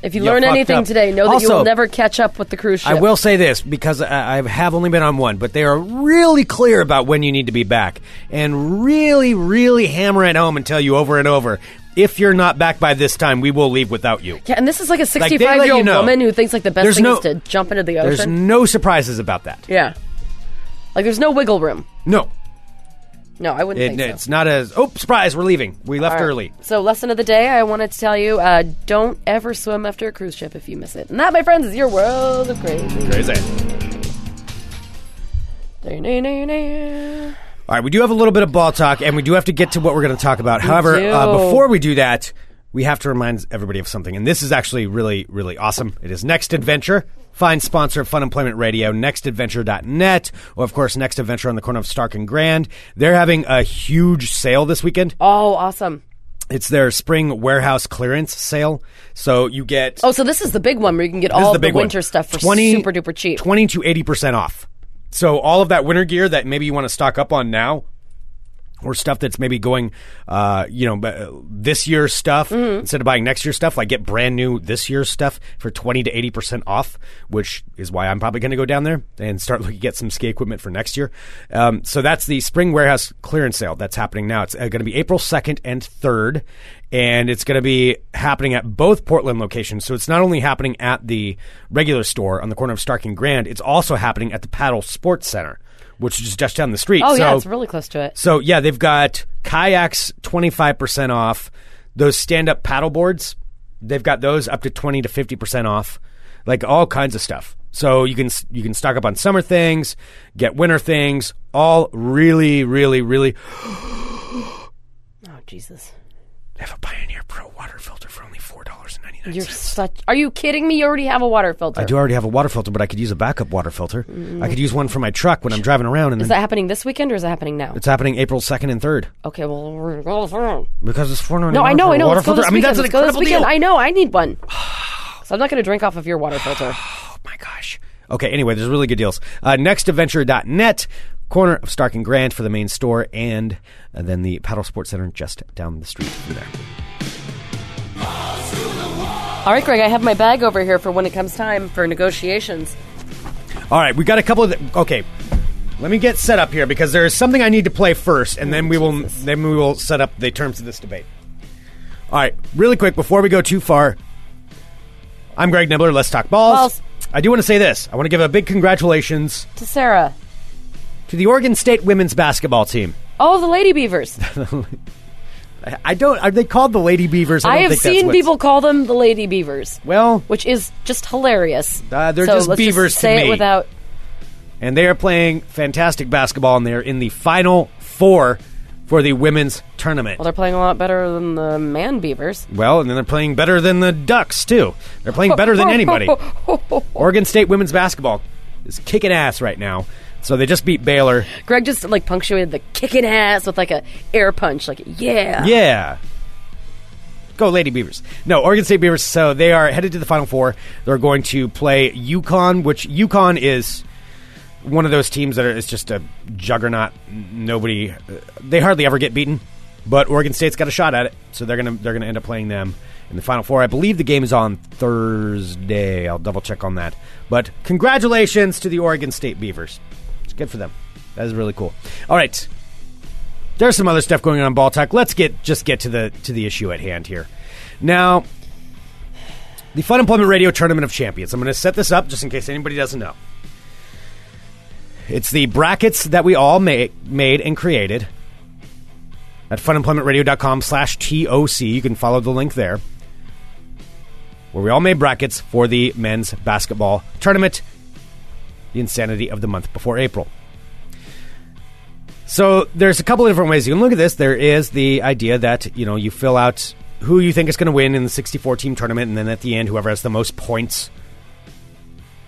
If you You're learn fucked anything up. today, know that Also- you'll never catch up with the cruise ship. I will say this because I, I have only been on one, but they are really clear about when you need to be back and really, really hammer it home and tell you over and over if you're not back by this time, we will leave without you. Yeah, and this is like a let you 65 year old know. woman who thinks like the best There's thing no- is to jump into the There's ocean. no surprises about that. yeah. Like there's no wiggle room. No, No, I wouldn't It- think so. it's not a oh surprise. We're leaving. We left All right. early. So, lesson of the day, I wanted to tell you: uh, don't ever swim after a cruise ship if you miss it. And that, my friends, is your world of crazy. Crazy. All right, we do have a little bit of ball talk, and we do have to get to what we're going to talk about. However, uh, do. before we do that, we have to remind everybody of something, and this is actually really, really awesome. It is Next Adventure. Find sponsor of Fun Employment Radio, nextadventure.net, or of course, Next Adventure on the corner of Stark and Grand. They're having a huge sale this weekend. Oh, awesome! It's their spring warehouse clearance sale. So you get Oh, so this is the big one where you can get this is Oh, all the big one. winter stuff for 20 super duper cheap. 20 to 80% off. So all of that winter gear that maybe you want to stock up on now, or stuff that's maybe going, uh, you know, uh, this year's stuff Mm-hmm. instead of buying next year's stuff, like get brand new this year's stuff for twenty to eighty percent off, which is why I'm probably going to go down there and start [LAUGHS] looking at some ski equipment for next year. Um, so that's the spring warehouse clearance sale that's happening now. It's uh, going to be April second and third, and it's going to be happening at both Portland locations. So it's not only happening at the regular store on the corner of Stark and Grand, it's also happening at the Paddle Sports Center. Which is just down the street. Oh, yeah, So- it's really close to it. so yeah, they've got kayaks twenty five percent off. Those stand up paddle boards, they've got those up to twenty to fifty percent off. Like all kinds of stuff. So you can you can stock up on summer things, get winter things. All really, really, really. Oh, Jesus. I have a Pioneer Pro water filter for only four dollars and ninety nine You're such. Are you kidding me? You already have a water filter. I do already have a water filter, but I could use a backup water filter. I could use one for my truck when I'm driving around, and Is then that happening this weekend or is that happening now? it's happening April second and third Okay, well, we're- well, because it's four ninety nine. no, I know, for I a know. Water Let's go filter. this I mean, weekend. that's an Let's go this incredible weekend. deal. I know. I need one. [SIGHS] So I'm not going to drink off of your water filter. my gosh. Okay, anyway, there's really good deals. Uh, nextadventure.net, corner of Stark and Grant for the main store, and uh, then the Paddle Sports Center just down the street from there. All right, Greg, I have my bag over here for when it comes time for negotiations. All right, we got a couple of. Th- okay, let me get set up here because there is something I need to play first, and then we will then we will set up the terms of this debate. All right, really quick before we go too far, I'm Greg Nibbler. Let's talk balls. Balls. I do want to say this. I want to give a big congratulations To Sarah. to the Oregon State women's basketball team. Oh, the Lady [LAUGHS] Beavers. I don't. Are they called the Lady Beavers? I, I don't have think that's seen what's- people call them the Lady Beavers, Well, which is just hilarious. Uh, they're So just let's beavers to say me. it without. and they are playing fantastic basketball, and they are in the final four for the women's tournament. Well, they're playing a lot better than the man beavers. Well, and then they're playing better than the Ducks too. They're playing better [LAUGHS] than anybody. Oregon State women's basketball is kicking ass right now. So they just beat Baylor. Greg just like punctuated the kicking ass with like a air punch, like yeah. Yeah. Go Lady Beavers. No, Oregon State Beavers. So they are headed to the Final Four. They're going to play UConn, which UConn is one of those teams that are, is just a juggernaut. N- Nobody, uh, they hardly ever get beaten. But Oregon State's got a shot at it, so they're gonna they're gonna end up playing them in the Final Four. I believe the game is on Thursday. I'll double check on that. But congratulations to the Oregon State Beavers. It's good for them. That is really cool. All right, there's some other stuff going on in ball talk. Let's get just get to the to the issue at hand here. Now, the Fun Employment Radio Tournament of Champions. I'm going to set this up just in case anybody doesn't know. It's the brackets that we all ma- made and created at funemploymentradio.com slash TOC. You can follow the link there where we all made brackets for the men's basketball tournament, the insanity of the month before April. So there's a couple of different ways you can look at this. There is the idea that you know you fill out who you think is going to win in the 64 team tournament, and then at the end, whoever has the most points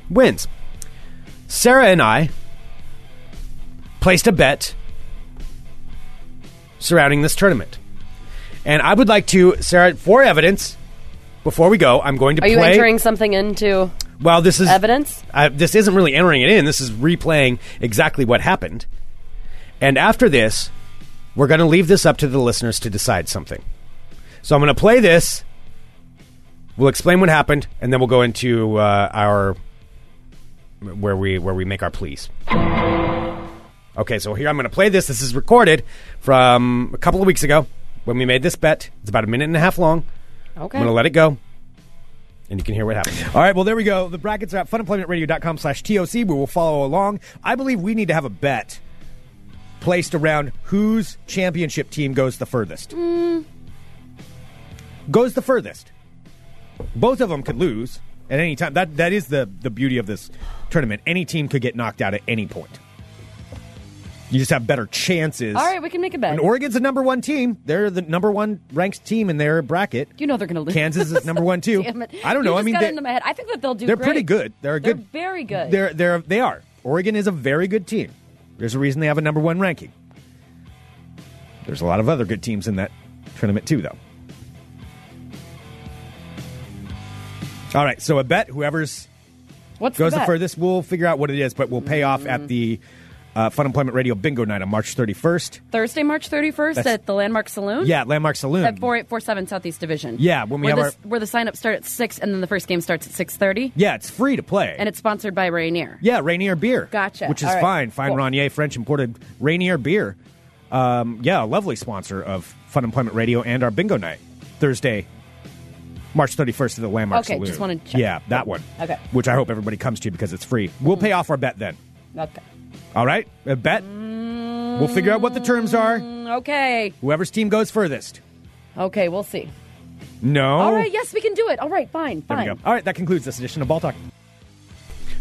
wins. Sarah and I placed a bet surrounding this tournament, and I would like to, Sarah, for evidence. Before we go, I'm going to Are you play. entering something into well, this is evidence? I, this isn't really entering it in. This is replaying exactly what happened. And after this, we're going to leave this up to the listeners to decide something. So I'm going to play this. We'll explain what happened, and then we'll go into uh, our where we where we make our pleas. Okay, so here I'm going to play this. This is recorded from a couple of weeks ago when we made this bet. It's about a minute and a half long. Okay. I'm going to let it go. And you can hear what happened. All right, well, there we go. The brackets are at funemploymentradio.com slash TOC. We will follow along. I believe we need to have a bet placed around whose championship team goes the furthest. Hmm. Goes the furthest. Both of them could lose at any time. That That is the, the beauty of this tournament. Any team could get knocked out at any point. You just have better chances. All right, we can make a bet. And Oregon's the number one team. They're the number one ranked team in their bracket. you know they're going to lose. Kansas is number [LAUGHS] one [LAUGHS] too. Damn it. I don't You know. I just mean, got they, into my head. I think that they'll do. they're great. pretty good. They're a They're good. very good. They're they're they are. Oregon is a very good team. There's a reason they have a number one ranking. There's a lot of other good teams in that tournament too, though. All right, so a bet whoever's What's goes the the bet? Mm. furthest, we'll figure out what it is, but we'll pay off at the uh, Fun Employment Radio Bingo Night on March 31st. Thursday, March 31st That's- at the Landmark Saloon. Yeah, at Landmark Saloon. At 4847 Southeast Division. Yeah, when we where have the, Where the sign-ups start at 6 and then the first game starts at 6.30. yeah, it's free to play. And it's sponsored by Rainier. Yeah, Rainier beer. Gotcha. Which is All right. fine. Fine Cool. Ranier, French imported Rainier beer. Um, yeah, a lovely sponsor of Fun Employment Radio and our bingo night Thursday, March 31st at the Landmark Okay, Saloon. just wanted to check. Yeah, that one. Okay. Which I hope everybody comes to because it's free. We'll pay off our bet then. Okay. All right? A bet. We'll figure out what the terms are. Mm, Okay. Whoever's team goes furthest. Okay, we'll see. No. All right, yes, we can do it. All right, fine, Oh. There we fine. go. All right, that concludes this edition of Ball Talk.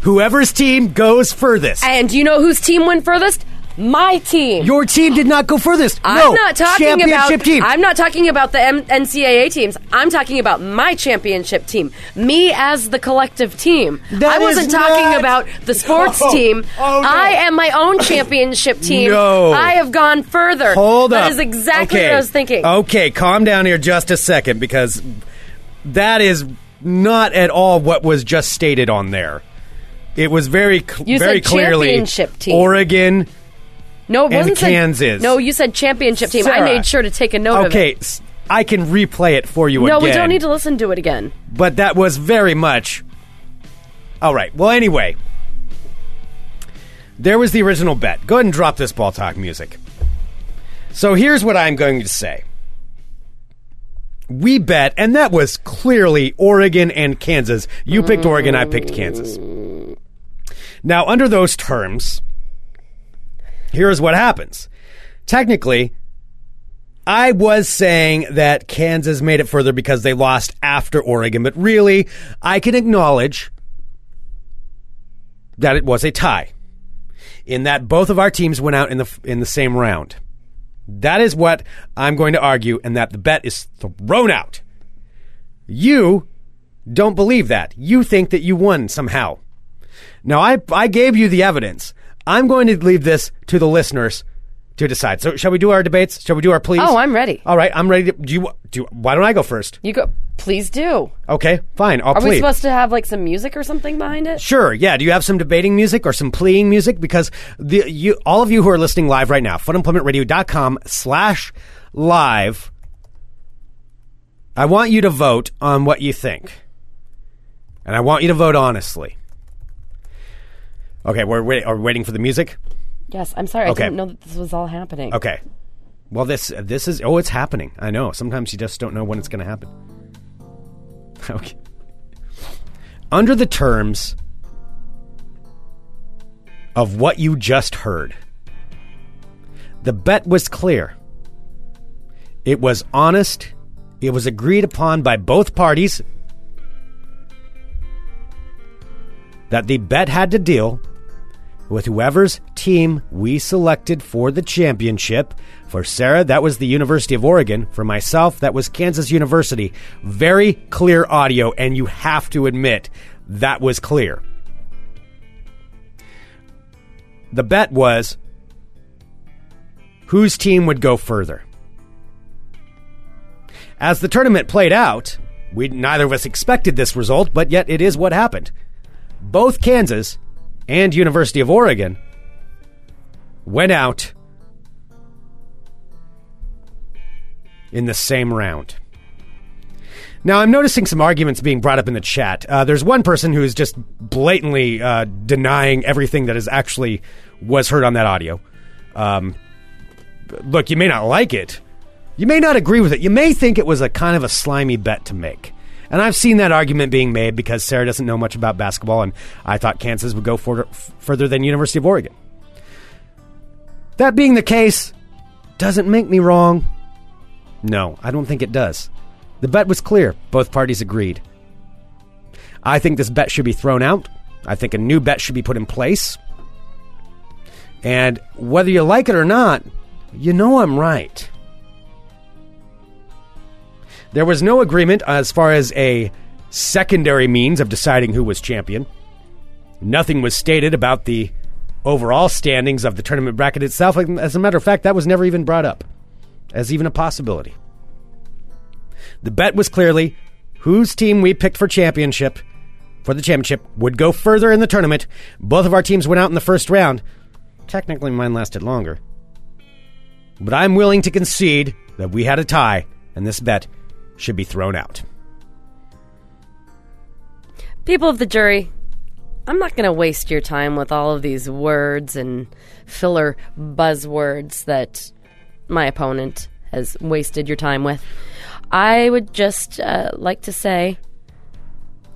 Whoever's team goes furthest. And you know whose team went furthest? My team. Your team did not go furthest. I'm no, not talking championship about. team. I'm not talking about the M- NCAA teams. I'm talking about my championship team. Me as the collective team. That I wasn't is talking not- about the sports Oh, team. oh, no. I am my own [LAUGHS] championship team. No. I have gone further. Hold up. That is exactly Okay. Oh, what I was thinking. Okay, calm down here just a second because that is not at all what was just stated on there. It was very cl- You said very clearly championship team. Oregon. no, it and wasn't said- Kansas. no, you said championship team. Sarah. I made sure to take a note of Okay, it. s- I can replay it for you No, again. we don't need to listen to it again. But that was very much. All right. Well, anyway, there was the original bet. Go ahead and drop this ball talk music. So here's what I'm going to say. We bet, and that was clearly Oregon and Kansas. You picked Oregon, I picked Kansas. Now, under those terms, here's what happens. Technically, I was saying that Kansas made it further because they lost after Oregon, but really, I can acknowledge that it was a tie in that both of our teams went out in the in the same round. That is what I'm going to argue and that the bet is thrown out. You don't believe that. You think that you won somehow. Now I I gave you the evidence. I'm going to leave this to the listeners to decide. So shall we do our debates? Shall we do our pleas? Oh, I'm ready. All right, I'm ready. To, do you do? Why don't I go first? You go. Please do. Okay, fine. I'll Are plead. we supposed to have like some music or something behind it? Sure. Yeah. Do you have some debating music or some pleading music? Because the you all of you who are listening live right now, funemploymentradio.com slash live. I want you to vote on what you think. And I want you to vote honestly. Okay, we're wait, are we waiting for the music? Yes, I'm sorry. Okay. I didn't know that this was all happening. Okay. Well, this this is oh, it's happening. I know. Sometimes you just don't know when it's going to happen. [LAUGHS] Okay. Under the terms of what you just heard, the bet was clear. It was honest. It was agreed upon by both parties that the bet had to deal with whoever's team we selected for the championship. For Sarah, that was the University of Oregon. For myself, that was Kansas University. Very clear audio, and you have to admit that was clear. The bet was whose team would go further. As the tournament played out, we neither of us expected this result, but yet it is what happened both Kansas and University of Oregon went out in the same round. Now, I'm noticing some arguments being brought up in the chat. Uh, there's one person who is just blatantly uh, denying everything that is actually was heard on that audio. Um, look, you may not like it. You may not agree with it. You may think it was a kind of a slimy bet to make. And I've seen that argument being made because Sarah doesn't know much about basketball, and I thought Kansas would go further, f- further than University of Oregon. That being the case, doesn't make me wrong. No, I don't think it does. The bet was clear. Both parties agreed. I think this bet should be thrown out. I think a new bet should be put in place. And whether you like it or not, you know I'm right. There was no agreement as far as a secondary means of deciding who was champion. Nothing was stated about the overall standings of the tournament bracket itself. As a matter of fact, that was never even brought up as even a possibility. The bet was clearly whose team we picked for championship for the championship would go further in the tournament. Both of our teams went out in the first round. Technically, mine lasted longer. But I'm willing to concede that we had a tie, and this bet should be thrown out. People of the jury, I'm not going to waste your time with all of these words and filler buzzwords that my opponent has wasted your time with. I would just uh, like to say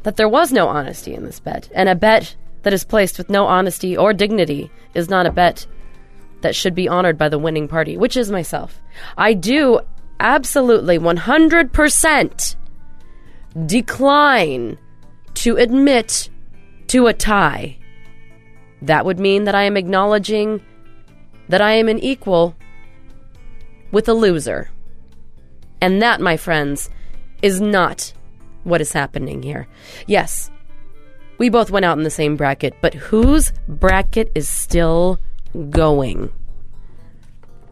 that there was no honesty in this bet, and a bet that is placed with no honesty or dignity is not a bet that should be honored by the winning party, which is myself. I do absolutely 100% decline to admit to a tie. That would mean that I am acknowledging that I am an equal with a loser. And that, my friends, is not what is happening here. Yes, we both went out in the same bracket, but whose bracket is still going?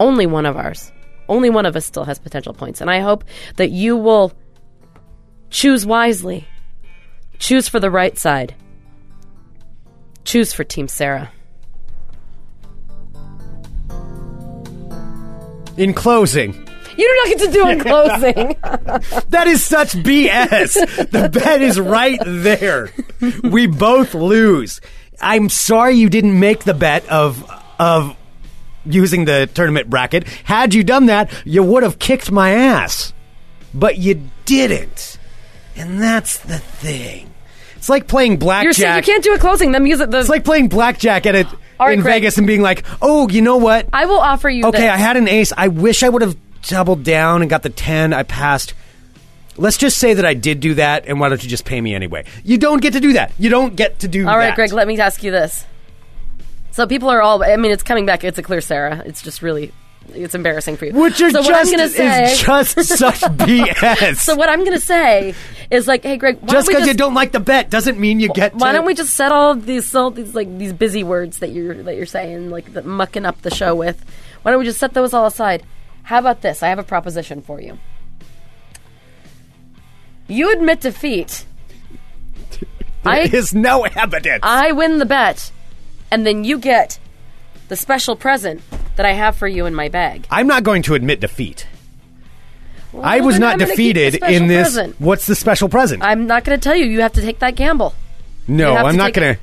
Only one of ours. Only one of us still has potential points. And I hope that you will choose wisely. Choose for the right side. Choose for Team Sarah. In closing, You do not get to do it in closing. that is such BS. the bet is right there. We both lose. I'm sorry you didn't make the bet of of using the tournament bracket. Had you done that, you would have kicked my ass. But you didn't. And that's the thing. It's like [LAUGHS] playing You're saying you blackjack. can't do a closing. The music. The, it's like playing blackjack at it right, in Greg. Vegas and being like, "Oh, you know what? I will offer you. Okay, this. I had an ace. I wish I would have doubled down and got the 10. I passed. Let's just say that I did do that, and why don't you just pay me anyway? You don't get to do that. You don't get to do that. All right, Greg, let me ask you this. So people are all. I mean, it's coming back. It's a clear Sarah. It's just really. It's embarrassing for you. What you're so just what I'm gonna say. is [LAUGHS] just such BS. so what I'm gonna say is like, hey, Greg, why don't just we because you don't like the bet doesn't mean you get. Why to- don't we just set all of these all these like these busy words that you're that you're saying like that mucking up the show with? Why don't we just set those all aside? How about this? I have a proposition for you. You admit [LAUGHS] defeat. [LAUGHS] There I is no evidence. I win the bet, and then you get the special present that I have for you in my bag. I'm not going to admit defeat. I Well, was then not I'm gonna keep the defeated special in this. present. What's the special present? I'm not going to tell you. You have to take that gamble. no, you have I'm to not take- going to.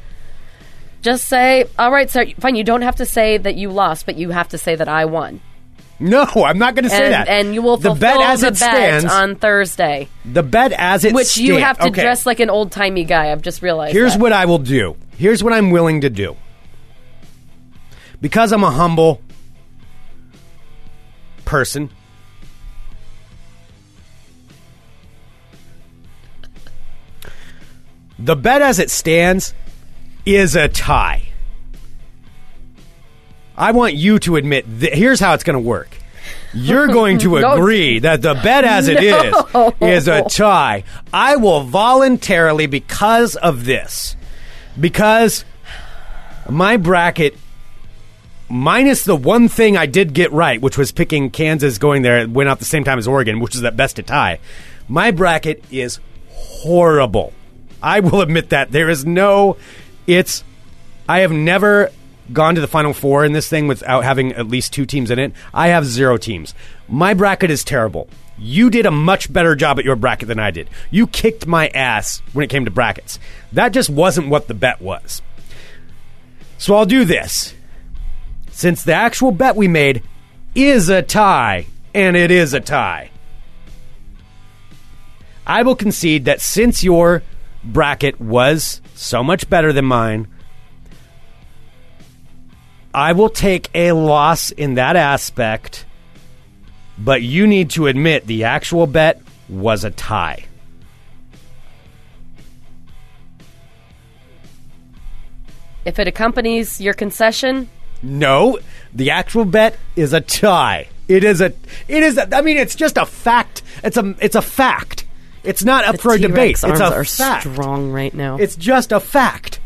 Just say, all right, sir, fine, you don't have to say that you lost, but you have to say that I won. No, I'm not going to say and, that. and you will the fulfill bet as the it bet stands on Thursday, The bet as it which you stand- have to okay. dress like an old timey guy. I've just realized. Here's that. what I will do. Here's what I'm willing to do. Because I'm a humble person. The bet as it stands is a tie. I want you to admit th- here's how it's going to work. You're going [LAUGHS] to No. agree that the bet as it is No. is a tie. I will voluntarily because of this. Because my bracket minus the one thing I did get right, which was picking Kansas going there it went out the same time as Oregon, which is that best to tie. My bracket is horrible. I will admit that there is no it's I have never gone to the final four in this thing without having at least two teams in it. I have zero teams. My bracket is terrible. You did a much better job at your bracket than I did. You kicked my ass when it came to brackets. That just wasn't what the bet was. So I'll do this. Since the actual bet we made is a tie, and it is a tie, I will concede that since your bracket was so much better than mine, I will take a loss in that aspect, but you need to admit the actual bet was a tie. if it accompanies your concession, No, the actual bet is a tie. It is a. It is. A, I mean, it's just a fact. It's a. It's a fact. It's not up the for a debate. T-Rex It's arms a are fact. strong right now. It's just a fact.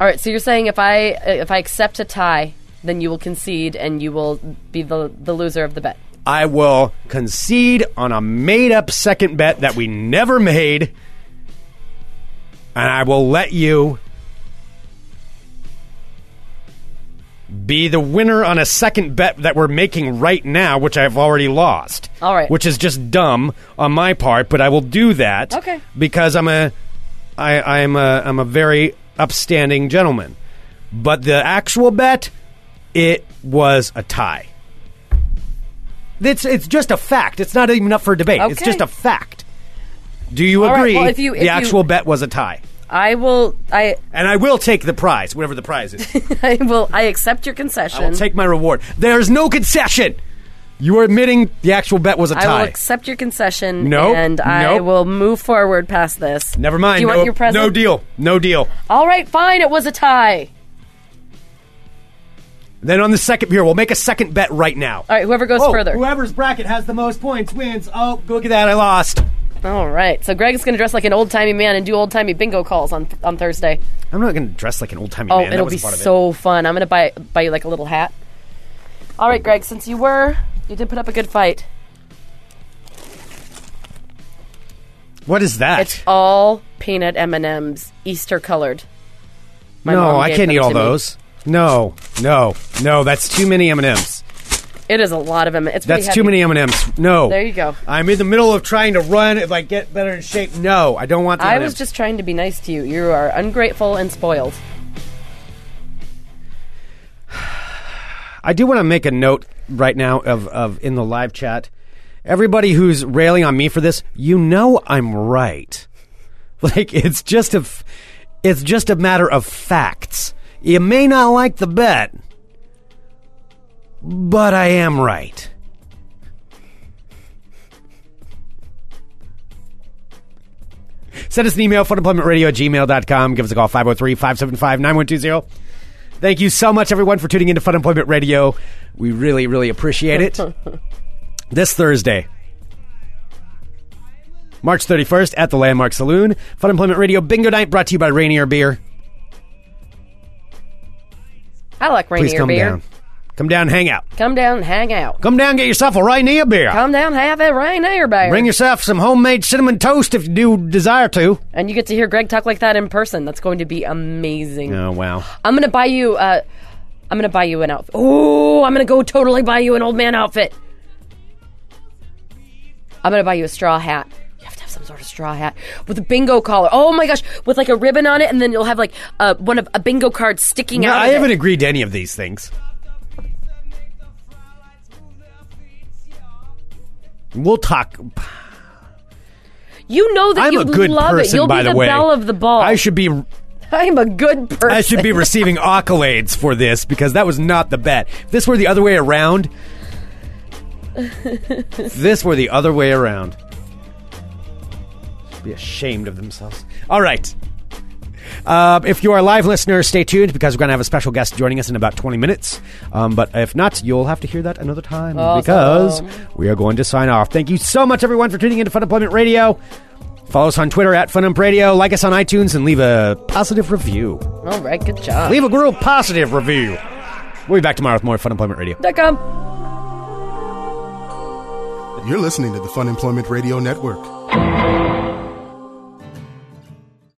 All right, so you're saying if I if I accept a tie, then you will concede and you will be the the loser of the bet. I will concede on a made up second bet that we never made, and I will let you be the winner on a second bet that we're making right now, which I've already lost. All right. Which is just dumb on my part, but I will do that. Okay. Because I'm a, I, I'm a, I'm a very upstanding gentleman. But the actual bet, it was a tie. It's it's just a fact. It's not even up for debate. It's Okay. just a fact. Do you All right, agree? well, if you- if the you- actual bet was a tie. I will. I [LAUGHS] And I will take the prize, whatever the prize is. I will. I accept your concession. I will take my reward. There's no concession. You are admitting the actual bet was a I will tie. accept your concession. Nope, And I nope. will move forward past this. Never mind. Do you no, want your present? no deal. No deal. All right, fine. It was a tie. Then on the second here, we'll make a second bet right now. All right, whoever goes Oh, further. Whoever's bracket has the most points wins. Oh, look at that! I lost. All right. So Greg's going to dress like an old timey man and do old timey bingo calls on on Thursday. I'm not going to dress like an old timey Oh, man. That it'll be wasn't part of it. so fun. I'm going to buy buy you like a little hat. All right, Greg. Since you were, you did put up a good fight. What is that? It's all peanut M and M's, Easter colored. My no, mom I gave can't them eat all to me. those. No, no, no. That's too many M and M's. It is a lot of M. It's pretty That's too heavy. many M and M's. No. There you go. I'm in the middle of trying to run. If I get better in shape, no, I don't want. The I M&Ms. was just trying to be nice to you. You are ungrateful and spoiled. I do want to make a note right now of, of in the live chat. Everybody who's railing on me for this, you know I'm right. [LAUGHS] Like it's just a f- it's just a matter of facts. You may not like the bet, but I am right. Send us an email, funemploymentradio at gmail.com. Give us a call, 503 575 9120. Thank you so much, everyone, for tuning into Fun Employment Radio. We really, really appreciate it. this Thursday, March 31st at the Landmark Saloon, Fun Employment Radio Bingo Night brought to you by Rainier Beer. I like Rainier Please come beer. down. Come down, hang out. Come down, hang out. Come down, get yourself a Rainier beer. Come down, have a Rainier beer. Bring yourself some homemade cinnamon toast if you do desire to. and you get to hear Greg talk like that in person. That's going to be amazing. Oh, wow. I'm gonna buy you. Uh, I'm gonna buy you an outfit. Oh, I'm gonna go totally buy you an old man outfit. I'm gonna buy you a straw hat. You have to have some sort of straw hat with a bingo collar. Oh my gosh, with like a ribbon on it, and then you'll have like uh, one of a bingo card sticking No, out. I of it. haven't agreed to any of these things. We'll talk. You know that I'm you a good love person, it. You'll by be the the way. belle of the ball. I should be. [LAUGHS] I'm a good person. I should be receiving accolades for this because that was not the bet. If this were the other way around. if this were the other way around. Should be ashamed of themselves. All right. Uh, if you are a live listener, stay tuned because we're going to have a special guest joining us in about 20 minutes. Um, but if not, you'll have to hear that another time because we are going to sign off. Thank you so much, everyone, for tuning into Fun Employment Radio. Follow us on Twitter at Fun Imp Radio. Like us on iTunes and leave a positive review. All right, good job. Leave a real positive review. We'll be back tomorrow with more Fun Employment Radio. Dot com. You're listening to the Fun Employment Radio Network.